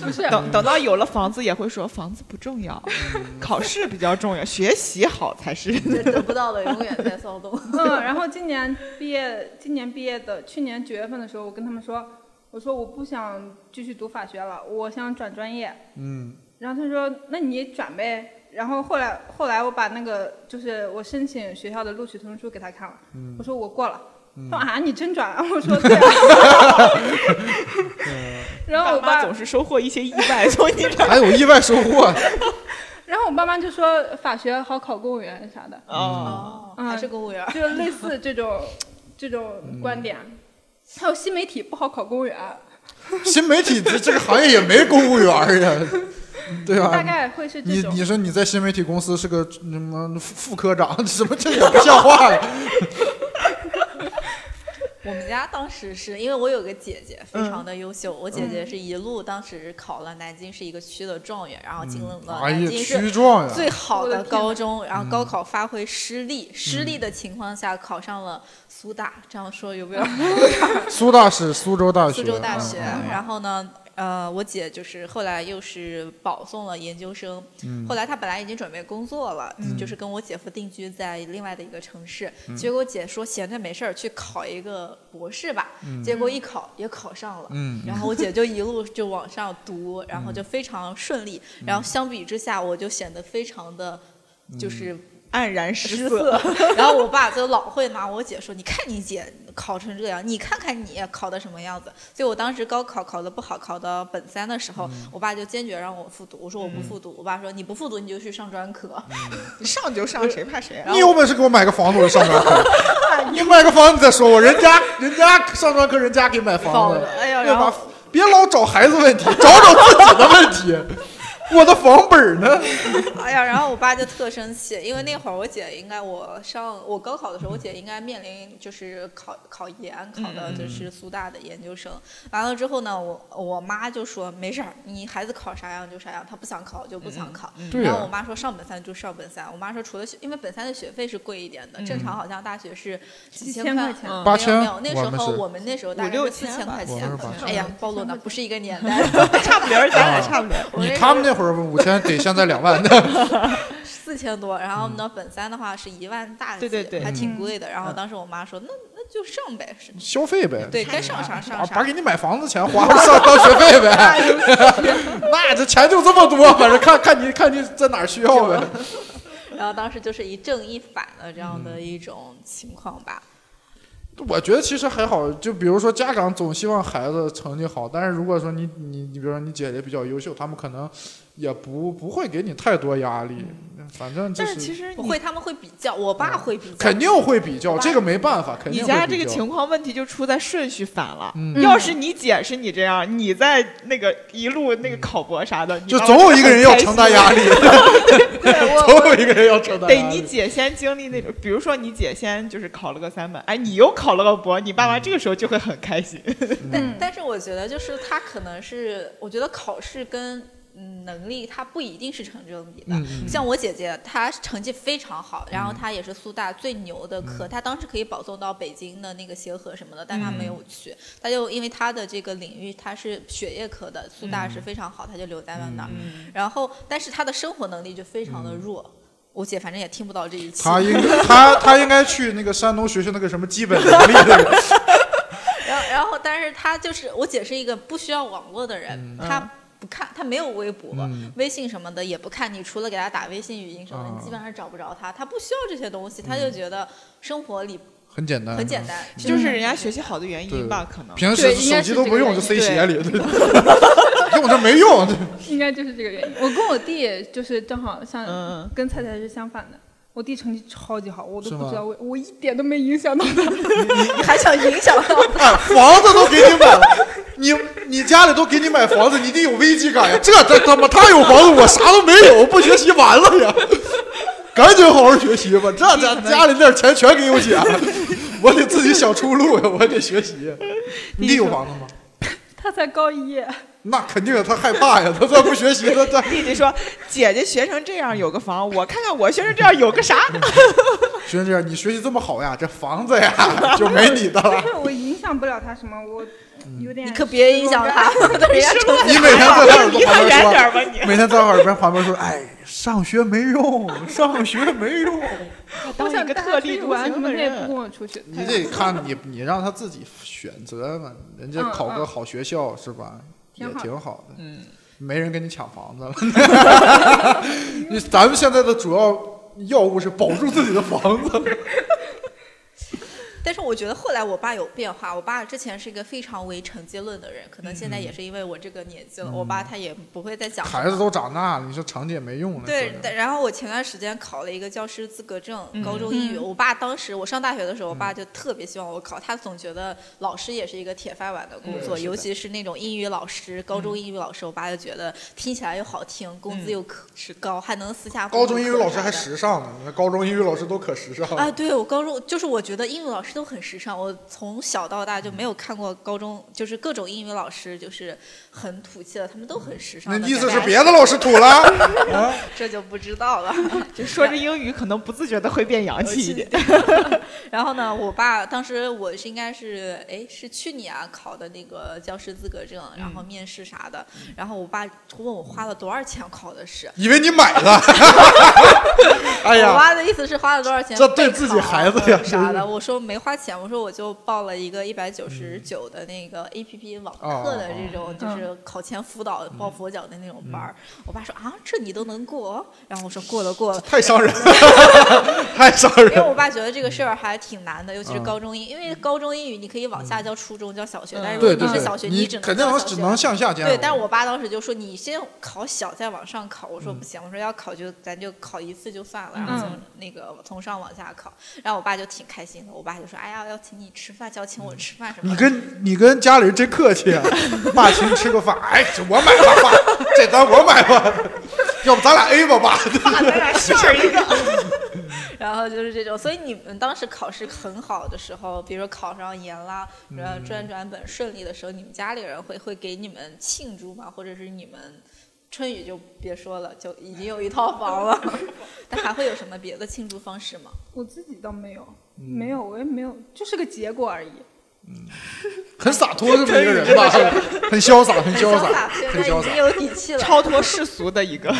不是
等等到有了房子，也会说房子不重要，
嗯
考试比较重要，学习好才是。
得不到的永远在骚动。
嗯，然后今年毕业，今年毕业的，去年九月份的时候，我跟他们说，我说我不想继续读法学了，我想转专业。
嗯，
然后他说，那你转呗。然后后来后来我把那个就是我申请学校的录取通知书给他看了，我说我过了。他说啊，你真转啊？我说对、啊。然后
爸
我
妈
爸
总是收获一些意外，从你这儿。
还有意外收获。
然后我爸妈就说法学好考公务员啥的，
哦，
嗯
还是公务员儿。
就是类似这种这种观点。还有新媒体不好考公务员，
新媒体这这个行业也没公务员儿呀，对 吧？
大概会是这
你
种。
你说你在新媒体公司是个什么副副科长，什么这也不像 话呀？
我们家当时是因为我有个姐姐，非常的优秀。我姐姐是一路当时考了南京市一个区的状元，然后进了
哎
南
呀，
京市
区壮呀！
最好
我的
的
天
高中，然后高考发挥失利，失利的情况下考上了苏大。这样说有没有？
苏大是苏州
嗯
大学，
苏州大
嗯
学。
嗯
然后呢，呃，我姐就是后来又是保送了研究生，
嗯
后来她本来已经准备工作了，就是跟我姐夫定居在另外的一个城市。结果我姐说闲着没事儿去考一个博士吧，结果一考也考上了。
嗯
然后我姐就一路就往上读，然后就非常顺利。然后相比之下，我就显得非常的。就是
黯然失
失
色。
色，然后我爸就老会拿我姐说：“你看你姐考成这样，你看看你考的什么样子。”所以，我当时高考考的不好，考到本三的时候，我爸就坚决让我复读。我说我不复读，我爸说：“你不复读，你就去上专科。
你上就上，谁怕谁啊？
你有本事给我买个房子，我就上专科。你买个房你再说我，人家人家上专科，人家给买房子，
哎呀，
对
然
吧
后？
别老找孩子问题，找找自己的问题。我的房本儿呢？
哎呀，然后我爸就特生气，因为那会儿我姐应该我上我高考的时候，我姐应该面临就是考考研，考的就是苏大的研究生。完了之后呢，我我妈就说没事儿，你孩子考啥样就啥样，她不想考就不想考。
对
然后我
呀，
妈说上本三就上本三，我妈说除了学，因为本三的学费是贵一点的，正常好像大学是几
千
块
块钱
没有
八千
没有，那时
我们
候
是
我们那时候大
五
概
六
是四
千
千
吧
块
我
钱
们是八千。
哎呀，暴 露呢，不是一个年代的，
差不离儿，咱俩差不离儿。
我
你
那时
他
候
们那会儿五千得现在两万呢。
四千多，然
嗯
后呢，本三的话是一万大几，
对对对嗯
还挺
嗯
贵的。然后当时我妈说，那那就上呗，是
消费呗，
对该上啥上
啊，
啥
把给你买房子钱花了上交学费呗， 那这钱就这么多，反正看看你看你在哪儿需要呗。
然后当时就是一正一反的这样
嗯
的一种情况吧。
我觉得其实还好，就比如说家长总希望孩子成绩好，但是如果说你你你比如说你姐姐比较优秀，他们可能也不不会给你太多压力，反正就
但是
是
其实
不
你
会，他们会比较，我爸会比较，
嗯肯定会比较，这个没办法，肯
你
定会
家这
比
个
较。
情况问题就出在顺序反了。
嗯，
嗯
要是你姐是你这样，你在那个一路那个考博啥的，你
就
妈妈
总有一个人要
很开
承担
心
压力，
对我
总有一个人要承担
得
压
你
力。
姐先经历那种，比如说你姐先就是考了个三本，哎，你又考了个博，你爸妈这个时候就会很开心。
但
嗯
但是我觉得就是他可能是，我觉得考试跟嗯能力它不一定是成正比的。
嗯嗯
像我姐姐，她成绩非常好，然后她也是苏大最牛的
嗯
科，她当时可以保送到北京的那个协和什么的，但她没有去，她就因为她的这个领域她是血液科的，苏大
嗯
是非常好，她就留在了那儿。然后，但是她的生活能力就非常
嗯
的弱。我姐反正也听不到这一期，
他应他他应该去那个山东学学那个什么基本能力那个。
然后，然后，但是他就是我姐是一个不需要网络的人，她不看，她没有微博、
嗯
微信什么的也不看。你除了给她打微信语音什么的，
啊
你基本上找不着她。她不需要这些东西，
嗯
她就觉得生活里
很简单，
很简单。 就
就是人家学习好的原因吧，可能。
平时
对应
手
该
机
是
都
这
不
个
用
原
就
因
塞鞋里，对 用着没用。对
应该就是这个原因。我跟我弟就是正好像
嗯嗯
跟菜菜是相反的。我弟成绩超级好，我
是
都
吗
不知道为，我一点都没影响到他。
你还想影响到她？
哎，房子都给你买了， 你你家里都给你买房子，你得有危机感呀。这他他妈他有房子，我啥都没有，不学习完了呀。 赶紧好好学习吧，这家家里那点钱全给我姐 了，我得 自己想出路呀，我得学习。你得有房子吗？
他才高一，
那肯定啊他害怕呀，他再不学习，他 他
弟弟说：“姐姐学成这样有个 房，我看看我学成这样有个啥。
学生这样，你学习这么好呀，这房子 呀就没你的
但
了。
是我影响不了他什么，我
嗯
有点
你可别影响 他，人家成
你每天在他耳朵
离他
旁边
远点
说，
儿吧 你。
每天在他耳边旁边说，哎，上学没用，上学没用。
我
当
想
一个
带他
特
出
立
去
独
玩
行
什么，
的
他也
人
不跟我出去。
你得看你，你让他自己选择嘛，人家
嗯
考个
嗯
好学校是吧？也
挺好
挺好的，
嗯，
没人跟你抢房子了。 你咱们现在的主要要务是保住自己的房子。
但是我觉得后来我爸有变化，我爸之前是一个非常唯成绩论的人，可能现在也是因为我这个年纪了，我爸他也不会再讲什么
孩子都长大了，你说长姐没用了。
对嗯
说，
但然后我前段时间考了一个教师资格证，高中英语。我爸当时我上大学的时候，我爸就特别希望我考，他总觉得老师也是一个铁饭碗的嗯工作，
嗯
尤其是那种英语老师，高中英语老师，我爸就觉得听起来又好听，工资又可高，还能私下
高中英语老师还
是。
时尚呢，你看高中英语老师都可时尚了。
啊，对我高中就是我觉得英语老师都很时尚，我从小到大就没有
嗯
看过高中就是各种英语老师就是很土气的，他们都很时尚
那
的。
意思
感
是
觉
别的老师土了？
这就不知道了。
就说着英语，可能不自觉的会变洋气一点。
然后呢，我爸当时我是应该是哎是去年啊考的那个教师资格证，然
嗯
后面试啥的，然后我爸问我花了多少钱考的试。
以为你买了？ 哎
我
呀，
爸的意思是花了多少钱？啊
这对自己孩子呀嗯
啥的。我说没花钱，我说我就报了一个一百九十九的那个 A P P 网
哦
课的这种，就是考前辅导
嗯
抱佛脚的那种班儿。我爸说啊，这你都能过？然后我说过了过了。
太伤人， 太伤
因为
人。
我爸觉得这个事儿还挺难的，尤其是
嗯
高中英，因为高中英语你可以往下教初中、教小学，但是
对
如果
对
你
对，
是小学，
你
只能
肯定
教
能
小
只
学啊
能向下兼容。
对，但是我爸当时就说你先考小再往上考，我说
嗯
不行，我说要考就咱就考一次就算了，然后从那个从上往下考，然后我爸就挺开心的，我爸就说哎呀要请你吃饭，就要请我
嗯
吃 饭什么
你
的。
跟你跟家里人真客气啊！爸，请你吃个饭，哎，这我买吧，爸，这单我买吧， 要不咱俩 A 吧，爸。
咱俩笑一个。
然后就是这种，所以你们当时考试很好的时候，比如说考上研啦，然后
嗯
专转本顺利的时候，你们家里人会会给你们庆祝吗？或者是你们？春雨就别说了，就已经有一套房 了，但还会有什么别的庆祝方式吗？
我自己倒没有，
嗯
没有，我也没有，就是个结果而已。
很洒脱这么一个人吧，很潇洒，很潇洒，
现
很
在
潇
已
洒
经。有底气了，
超脱世俗 的一个，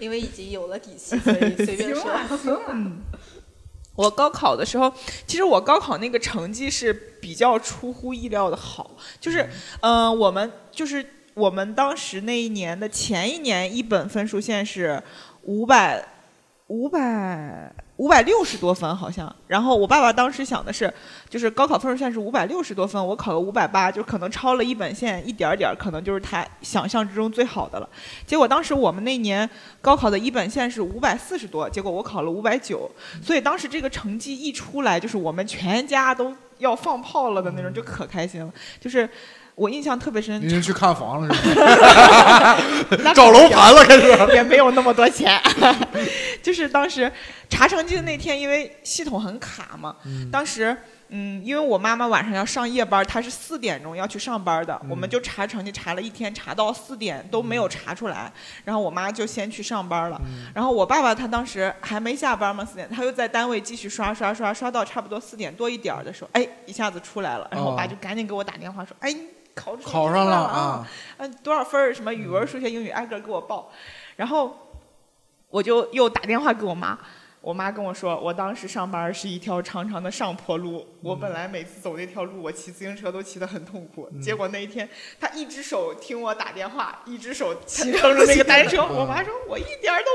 因为已经有了底气，所以随便
行
说。
了，行了，
我高考的时候，其实我高考那个成绩是比较出乎意料的好，就是，嗯、我们就是我们当时那一年的前一年一本分数线是五百五百五百六十多分好像，然后我爸爸当时想的是，就是高考分数线是五百六十多分，我考个五百八，就可能超了一本线一点儿点儿，可能就是他想象之中最好的了。结果当时我们那年高考的一本线是五百四十多，结果我考了五百九，所以当时这个成绩一出来，就是我们全家都要放炮了的那种，就可开心了。就是我印象特别深
你，是去看房了是吗？
那
找楼盘了开始。
也没有那么多钱， 就是当时查成绩的那天，因为系统很卡嘛，当时。嗯，因为我妈妈晚上要上夜班，她是四点钟要去上班的，我们就查成绩查了一天，查到四点都没有查出来，然后我妈就先去上班了，
嗯
然后我爸爸他当时还没下班嘛，四点他又在单位继续刷刷刷刷到差不多四点多一点儿的时候，哎，一下子出来了，然后我爸
哦
就赶紧给我打电话说，哎，你考出
考上
了
了
啊
啊，！
嗯，多少分儿？什么语文、数学、英语，挨个儿给我报。然后我就又打电话给我妈，我妈跟我说，我当时上班儿是一条长长的上坡路，我本来每次走那条路，我骑自行车都骑得很痛苦。结果那一天，她一只手听我打电话，一只手骑蹬着那个单车。嗯我妈说，我一点儿都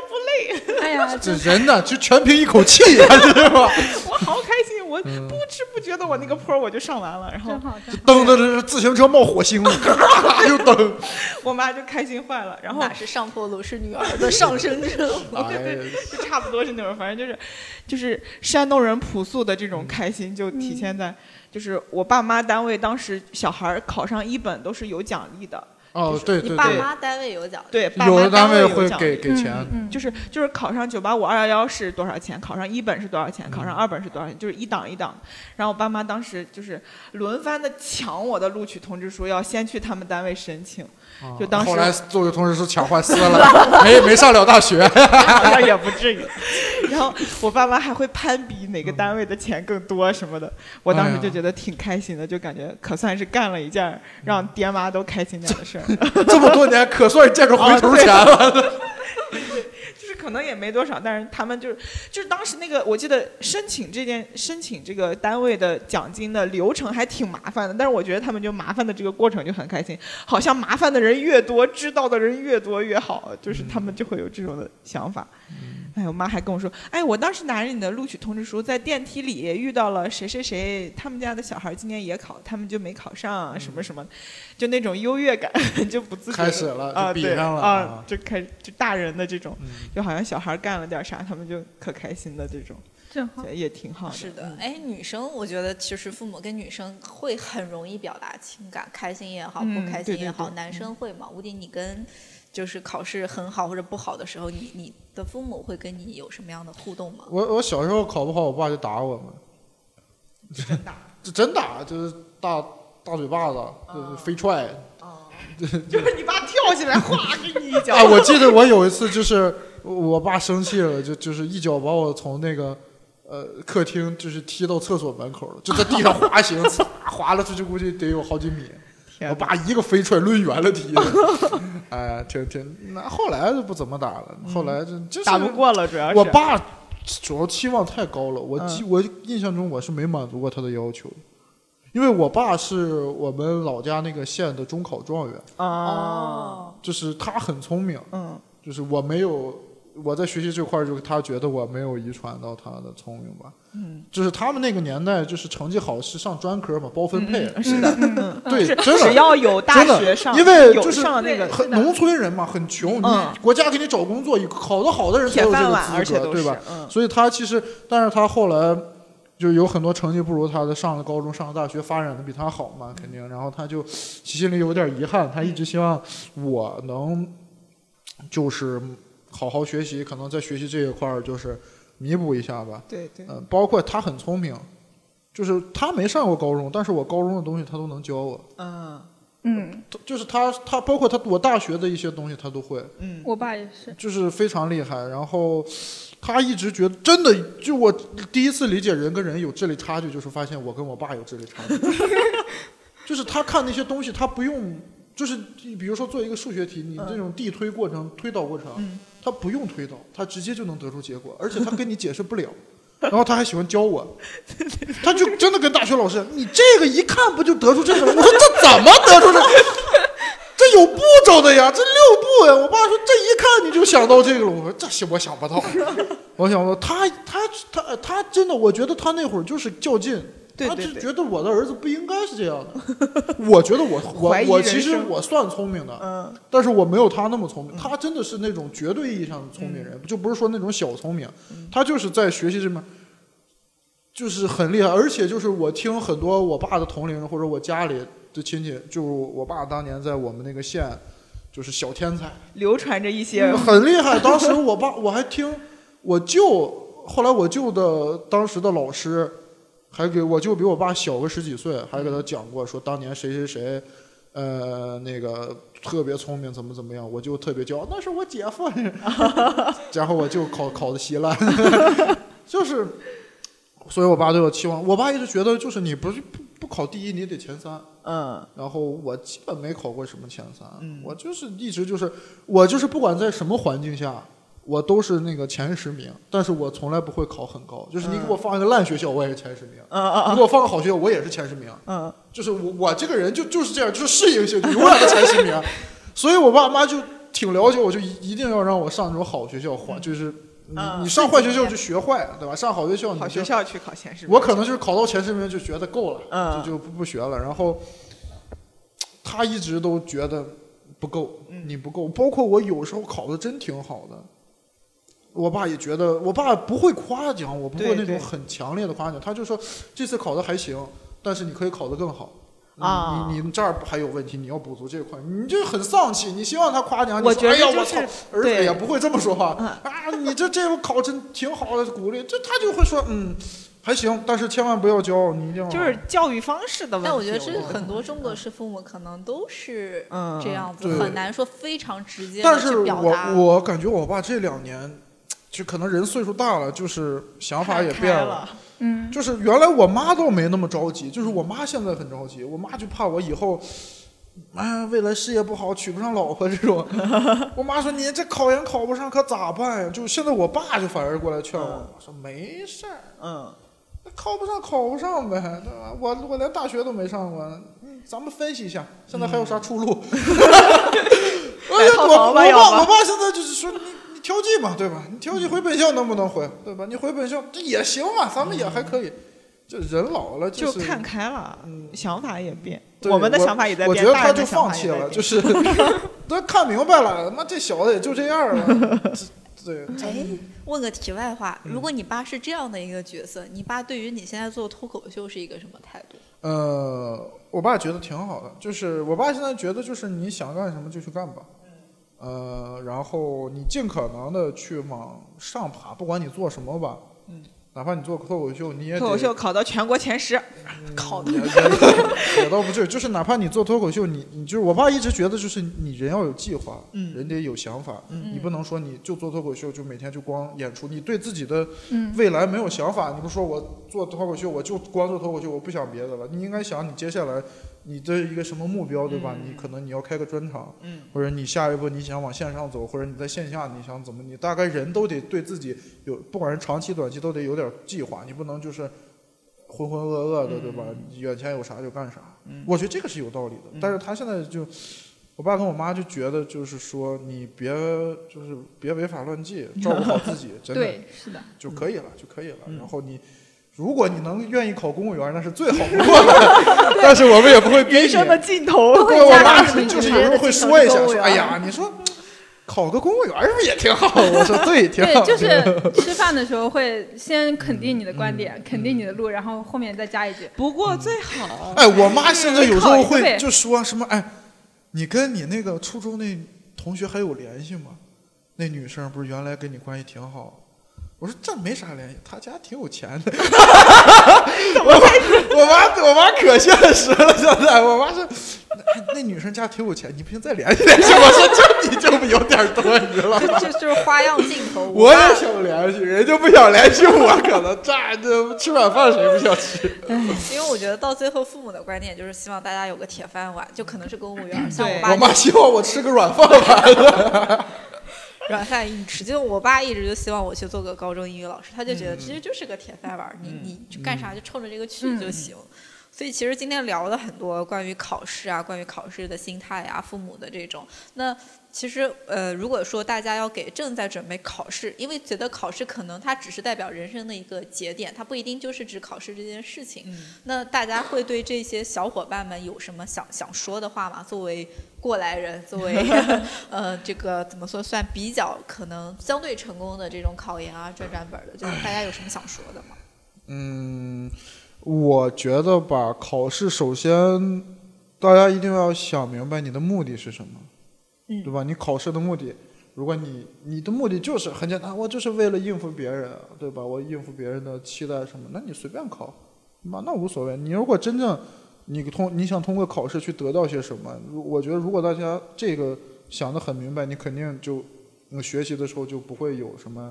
不累，
哎呀，
这
这
人呢，就全凭一口气啊， 是吧？
我好开心，我不知不觉的我那个坡儿我就上完了。然后
真好，真好。
蹬的这自行车冒火星了， 咔又蹬。
我妈就开心坏了，然后
哪是上坡路，是女儿的上升之路。
哎呀，
就 差不多是那种，反正就是，就是山东人朴素的这
嗯
种开心，就体现在，就是我爸妈单位当时小孩儿考上一本都是有奖励的，
哦，对
你
对
爸
对，
妈单位有奖金，
对，爸
有
妈
的单
位有
会
奖
给
励
给钱，
嗯，
就是就是考上九八五二幺幺是多少钱，考上一本是多少钱，考
嗯
上二本是多少钱，就是一档一档。然后我爸妈当时就是轮番的抢我的录取通知书，要先去他们单位申请，
啊
就当时
后来作为同事是抢换撕了， 没没上了大学。
好像也哎不至于。然后我爸妈还会攀比哪个单位的钱更多什么的，我当时就觉得挺开心的，就感觉可算是干了一件让爹妈都开心点的事儿。
这么多年可算见着回
啊
头钱了。
就是可能也没多少，但是他们就是就是当时那个，我记得申请这件申请这个单位的奖金的流程还挺麻烦的，但是我觉得他们就麻烦的这个过程就很开心，好像麻烦的人越多，知道的人越多越好，就是他们就会有这种的想法。
嗯
哎，我妈还跟我说，哎，我当时拿着你的录取通知书，在电梯里遇到了谁谁谁，他们家的小孩今年也考，他们就没考上，什么什么，就那种优越感 就不自觉地
嗯开始了就
啊，
比
对
上了啊
啊，就开就大人的这种。
嗯
就好像小孩干了点啥，他们就可开心的这种，
正好
也挺好的。
是的
嗯，，
哎，女生我觉得其实父母跟女生会很容易表达情感，开心也好，不
嗯
开
对
心也
对
好，
对
男
嗯
生会吗？吴迪，你跟就是考试很好或者不好的时候，你你的父母会跟你有什么样的互动吗？
我我小时候考不好，我爸就打我嘛，
真的啊，
就真打，就是大大嘴巴子，就是飞踹。
就是你爸跳起来，哗给你一 脚
哎，，我记得我有一次就是我爸生气了，就就是一脚把我从那个呃客厅就是踢到厕所门口了，就在地上滑行， 擦滑了出去，估计得有好几米。
天
我
哪
爸一个飞踹抡圆了踢的， 哎呀，挺挺，那后来就不怎么打了，后来就就是
打不过了，主要是
我爸主要期望太高了，我
嗯
记、我印象中我是没满足过他的要求，因为我爸是我们老家那个县的中考状元，
啊，，
就是他很聪明，
嗯
就是我没有我在学习这块儿，就是他觉得我没有遗传到他的聪明吧，
嗯，
就是他们那个年代就是成绩好是上专科嘛，包分配，
嗯是的，嗯
对，
是
真
只
的。
要有大
真
学
的
上，
因为
有
就是
上那个
很农村人嘛，很穷，
嗯
你国家给你找工作，以考得好的人才
铁
有
饭碗，而
这
且
个资格，
都
对
是
吧？
嗯
所以他其实，但是他后来就有很多成绩不如他的，上了高中，上了大学，发展的比他好嘛，肯定。然后他就心里有点遗憾，他一直希望我能就是好好学习，可能在学习这一块儿就是弥补一下吧。
对对
嗯、包括他很聪明，就是他没上过高中，但是我高中的东西他都能教我，
嗯
嗯，
他就是他他包括他我大学的一些东西他都会。
嗯
我爸也是，
就是非常厉害。然后他一直觉得，真的，就我第一次理解人跟人有智力差距，就是发现我跟我爸有智力差 距。就是他看那些东西，他不用，就是比如说做一个数学题，你
嗯
这种递推过程、推导过程，
嗯
他不用推导，他直接就能得出结果，而 且他跟你解释不了。然后他还喜欢教我，他就真的跟大学老师，你这个一看不就得出这个了？我说这怎么得出这？这有步骤的呀，这六步呀。我爸说这一看你就想到这个了。我说这是我想不到，我想不到他他他他真的，我觉得他那会儿就是较劲，
对
他
对
只
对
觉得我的儿子不应该是这样的。 我觉得我我
怀疑
我
人
其实
生
我算聪明的，
嗯
但是我没有他那么聪明，他真的是那种绝对意义上的聪明
嗯
人，就不是说那种小聪明，他就是在学习这面就是很厉害，而且就是我听很多我爸的同龄人或者我家里的亲戚，就是我爸当年在我们那个县就是小天才，
流传着一些
嗯很厉害。当时我爸我还听我舅，后来我舅的当时的老师还给我舅比我爸小个十几岁，还给他讲过说当年谁谁谁，呃，那个特别聪明，怎么怎么样，我舅特别骄傲，那是我姐夫。 然后我舅考考的稀烂， 就是，所以我爸对我期望，我爸一直觉得就是你不是不不考第一，你得前三。
嗯
然后我基本没考过什么前三，
嗯
我就是一直就是我就是不管在什么环境下，我都是那个前十名，但是我从来不会考很高，就是你给我放一个烂学校，我也是前十名；
嗯嗯
你给我放个好学校，我也是前十名。
嗯
就是我我这个人就就是这样，就是适应性，就永远的前十 名。所以我爸妈就挺了解我，就一一定要让我上那种好学校，坏就是你
嗯
你上坏学校就学坏，对吧？上好学校
嗯，
你
好
就
学校去考前十名，
我可能就是考到前十名就觉得够了，
嗯
就就不不学了。然后他一直都觉得不够，
嗯
你不够。包括我有时候考的真挺好的，我爸也觉得，我爸不会夸奖我，不会
对
那种
对
很强烈的夸奖，他就说这次考的还行，但是你可以考得更好。
啊
你你这儿还有问题，你要补足这块，你这很丧气。你希望他夸奖你，
我
说
觉得
哎呀，
就
我
是
操，儿子
对
也不会这么说话
嗯
啊！你这这个考真挺好的，鼓励这他就会说嗯，还行，但是千万不要骄傲，你一定要
就是教育方式的问题。
但我觉得是
我
很多中国式父母可能都是
嗯
这样子，
对
很难说非常直接
但
的
是
去表达
我。我感觉我爸这两年，就可能人岁数大了，就是想法
看
也
开
变
了。
嗯，
就是原来我妈倒没那么着急，就是我妈现在很着急，我妈就怕我以后，哎，未来事业不好，娶不上老婆这 种。我妈说你这考研考不上可咋办呀？就现在我爸就反而过来劝我，
嗯
我说没事儿，
嗯，
那考不上考不上呗，对吧？我我连大学都没上过，嗯咱们分析一下，现在还有啥出 路？ 哎呀，
嗯买套
我
房
我
吧
爸
要不
我爸现在就是说你你调剂嘛，对吧？你调剂回本校能不能回，对吧？你回本校这也行嘛，咱们也还可以。就人老了
嗯就是看开了，
嗯
想法也变，
对
们的想法也在
我
变，
觉得
大
他
人
就
的想
放
法也
弃
在
了，
变
就是 都看明白了，他妈这小子也就这样 了。这对，
哎，问个题外话，
嗯
如果你爸是这样的一个角色，你爸对于你现在做脱口秀是一个什么态度？
呃，我爸觉得挺好的，就是我爸现在觉得就是你想干什么就去干吧，
嗯
呃，然后你尽可能的去往上爬，不管你做什么吧，
嗯，
哪怕你做脱口秀，你也得
脱口秀考到全国前十，
嗯
考
也也也倒不至于，就是哪怕你做脱口秀，你你就是我爸一直觉得就是你人要有计划，
嗯
人得有想法，
嗯
你不能说你就做脱口秀就每天就光演出，你对自己的
嗯
未来没有想法，你不说我做脱口秀我就光做脱口秀，我不想别的了，你应该想你接下来你的一个什么目标，对吧？
嗯
你可能你要开个专场，
嗯，
或者你下一步你想往线上走，或者你在线下你想怎么，你大概人都得对自己有，不管是长期短期都得有点计划，你不能就是浑浑噩噩的，对吧？眼前有啥就干啥。
嗯
我觉得这个是有道理的，
嗯
但是他现在就，我爸跟我妈就觉得就是说你别就是别违法乱纪，照顾好自己，真的
对，是的，
就可以了，就可以了。
嗯
然后你。如果你能愿意考公务员，那是最好不 过的。但是我们也不会逼你。
人生的尽头。
对，
会
我
加
妈
上你
就是
直
有
接
时候
的
会
进
说一
到
下，
公务
说
员
哎呀，你说考个公务员儿是不是也挺好？我说对，挺
对
好。，
就是吃饭的时候会先肯定你的观点，肯定你的路，然后后面再加一句，
不过最好，
哎，我妈甚至有时候会
对
就说什么哎，你跟你那个初中那同学还有联系吗？那女生不是原来跟你关系挺好。我说这没啥联系，她家挺有钱的。我我妈我妈可现实了，现在我妈说那那女生家挺有钱，你不行再联系联系。我说这你就有点多余了。
就就是花样镜头。
我也想联系，人家不想联系我，可能这这吃晚饭谁不想吃？
因为我觉得到最后，父母的观点就是希望大家有个铁饭碗，就可能是公务员，像我
对
爸
我
就
妈希望我吃个软饭吧。
软饭硬吃。就我爸一直就希望我去做个高中英语老师，他就觉得其实就是个铁饭碗儿，你你就干啥就冲着这个去就行。所以其实今天聊了很多关于考试啊，关于考试的心态啊，父母的这种。那其实呃，如果说大家要给正在准备考试，因为觉得考试可能它只是代表人生的一个节点，它不一定就是指考试这件事情。那大家会对这些小伙伴们有什么想想说的话吗？作为过来人，作为呃这个怎么说算比较可能相对成功的这种考研啊、转转本儿的，就是大家有什么想说的吗？
嗯，我觉得吧，考试首先大家一定要想明白你的目的是什么，
嗯
对吧？你考试的目的，如果你你的目的就是很简单，我就是为了应付别人，对吧？我应付别人的期待什么，那你随便考，那那无所谓。你如果真正你通你想通过考试去得到些什么，如我觉得如果大家这个想得很明白，你肯定就你学习的时候就不会有什么。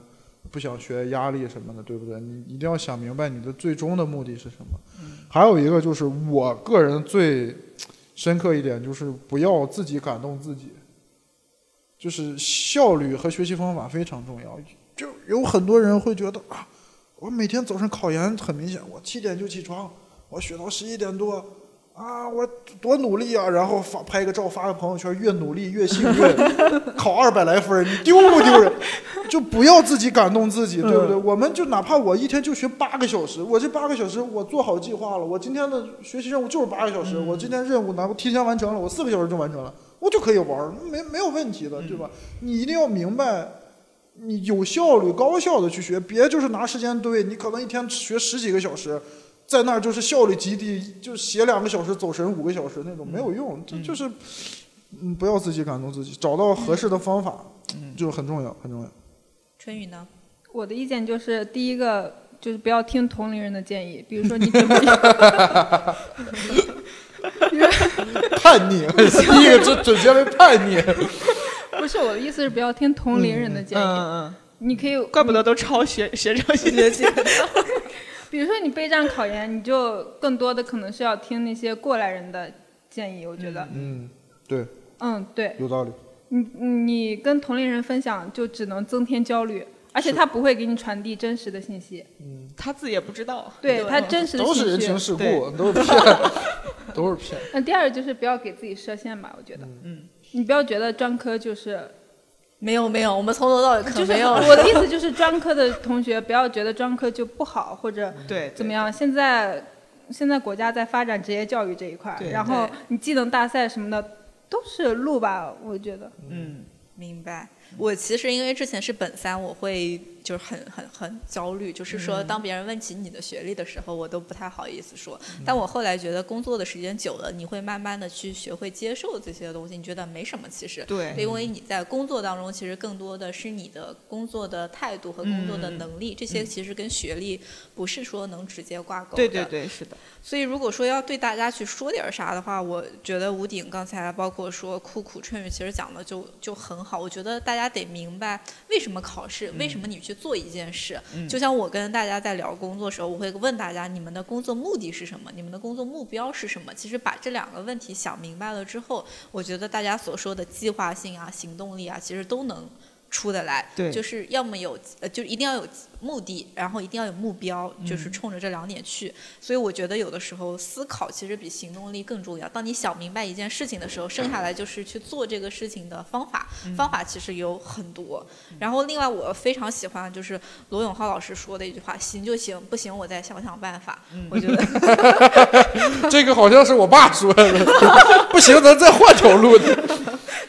不想学压力什么的，对不对？你一定要想明白你的最终的目的是什么。还有一个就是我个人最深刻一点就是不要自己感动自己，就是效率和学习方法非常重要。就有很多人会觉得啊，我每天早上考研很明显，我七点就起床，我学到十一点多。啊，我多努力啊！然后发拍个照发个朋友圈，越努力越幸运， 考二百来分儿，你丢不丢人？就不要自己感动自己，对不对？我们就哪怕我一天就学八个小时，我这八个小时我做好计划了，我今天的学习任务就是八个小时，我今天任务能够提前完成了，我四个小时就完成了，我就可以玩儿，没没有问题的，对吧？你一定要明白。你有效率、高效的去学，别就是拿时间堆。你可能一天学十几个小时，
在那儿就是效率极低，就是写两个小时走神五个小时那种没有用，这就是嗯不要自己感动自己，找到合适的方法，就很重要很重要。
春雨呢？
我的意见就是，第一个就是不要听同龄人的建议，比如说你准备，
叛逆， 第一个准准结为叛逆。
不是我的意思是不要听同龄人的建议，
嗯嗯，
你可以，
怪不得都抄学学长
嗯
学姐姐。
比如说你备战考研，你就更多的可能是要听那些过来人的建议，我觉得，
嗯，对，
嗯，对
有道理。
你你跟同龄人分享，就只能增添焦虑，而且他不会给你传递真实的信息，
嗯
他自己也不知道，
对他真实的
都是人
信
情
息。
世故，
对
都是骗，都是骗。
那第二就是不要给自己设限吧，我觉得，
嗯，
你不要觉得专科就是
没有没有，我们从头到尾可
就是
没有。
我的意思就是专科的同学不要觉得专科就不好或者
对，
怎么样。现在现在国家在发展职业教育这一块儿
对，
然后
对
你技能大赛什么的都是路吧，我觉得。
嗯，
明白。我其实因为之前是本三，我会就是很很很焦虑，就是说当别人问起你的学历的时候，我都不太好意思说。但我后来觉得工作的时间久了，你会慢慢的去学会接受这些东西，你觉得没什么，其实。
对，
因为你在工作当中，其实更多的是你的工作的态度和工作的
嗯
能力，这些其实跟学历不是说能直接挂钩的。
对对对，是的，
所以，如果说要对大家去说点儿啥的话，我觉得吴鼎刚才包括说酷苦春雨，其实讲的就就很好。我觉得大家得明白为什么考试，为什么你去做一件事。
嗯
就像我跟大家在聊工作的时候，我会问大家你们的工作目的是什么，你们的工作目标是什么。其实把这两个问题想明白了之后，我觉得大家所说的计划性啊、行动力啊，其实都能出得来。
对
就是要么有，呃，就一定要有目的，然后一定要有目标，就是
嗯
冲着这两点去。所以我觉得有的时候思考其实比行动力更重要。当你想明白一件事情的时候，剩下来就是去做这个事情的方法。
嗯
方法其实有很多。然后另外我非常喜欢就是罗永浩老师说的一句话：“行就行，不行我再想想办法。
嗯
我觉得
这个好像是我爸说的，不行，咱再换条路。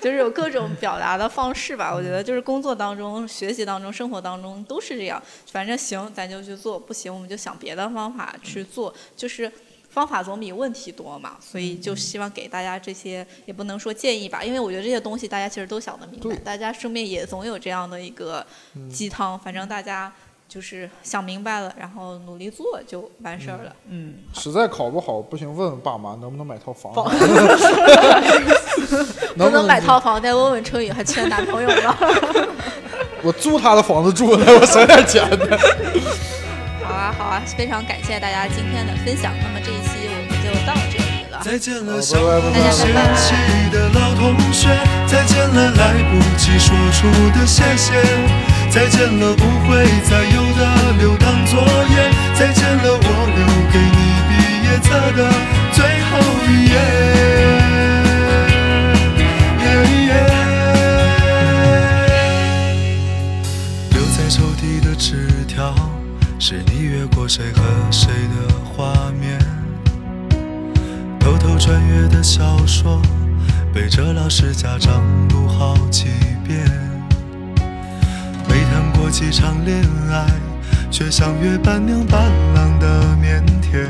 就是有各种表达的方式吧。我觉得就是工作当中、学习当中、生活当中都是这样。反正行，咱就去做；不行，我们就想别的方法去做。就是方法总比问题多嘛，所以就希望给大家这些，也不能说建议吧，因为我觉得这些东西大家其实都想得明白
对，
大家身边也总有这样的一个鸡汤。反正大家就是想明白了，然后努力做就完事儿了。
嗯，
实在考不好，不行，问问爸妈能不能买套房，能
不能买
能
套房，再问问春雨还缺男朋友吗？
我租他的房子住呢，我省点钱呢。
好啊，好啊，非常感谢大家今天的分享。那么这一期我们就到这里了。
再见了，
好
相
拜拜
互
拜
拜
嫌弃的老同学；再见了，来不及说出的谢谢；再见了，不会再有的留堂作业；再见了，我留给你毕业册的最后一页。耶耶留在抽屉的纸条，是你越过谁和谁的画面。偷偷穿越的小说，背着老师家长读好几遍。没谈过几场恋爱，却像约伴娘伴郎的腼腆。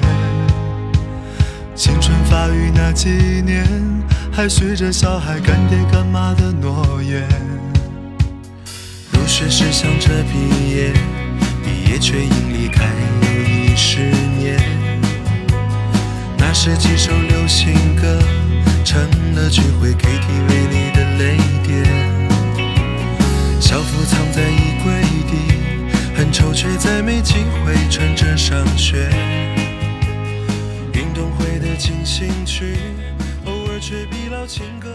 青春发育那几年，还许着小孩干爹干妈的诺言。入学时想着毕业，毕业却因离开又已十年。那是几首流行歌，成了聚会 KTV 里的泪点。校服藏在衣柜底，很丑却再没机会穿着上学。运动会的进行曲，偶尔却比老情歌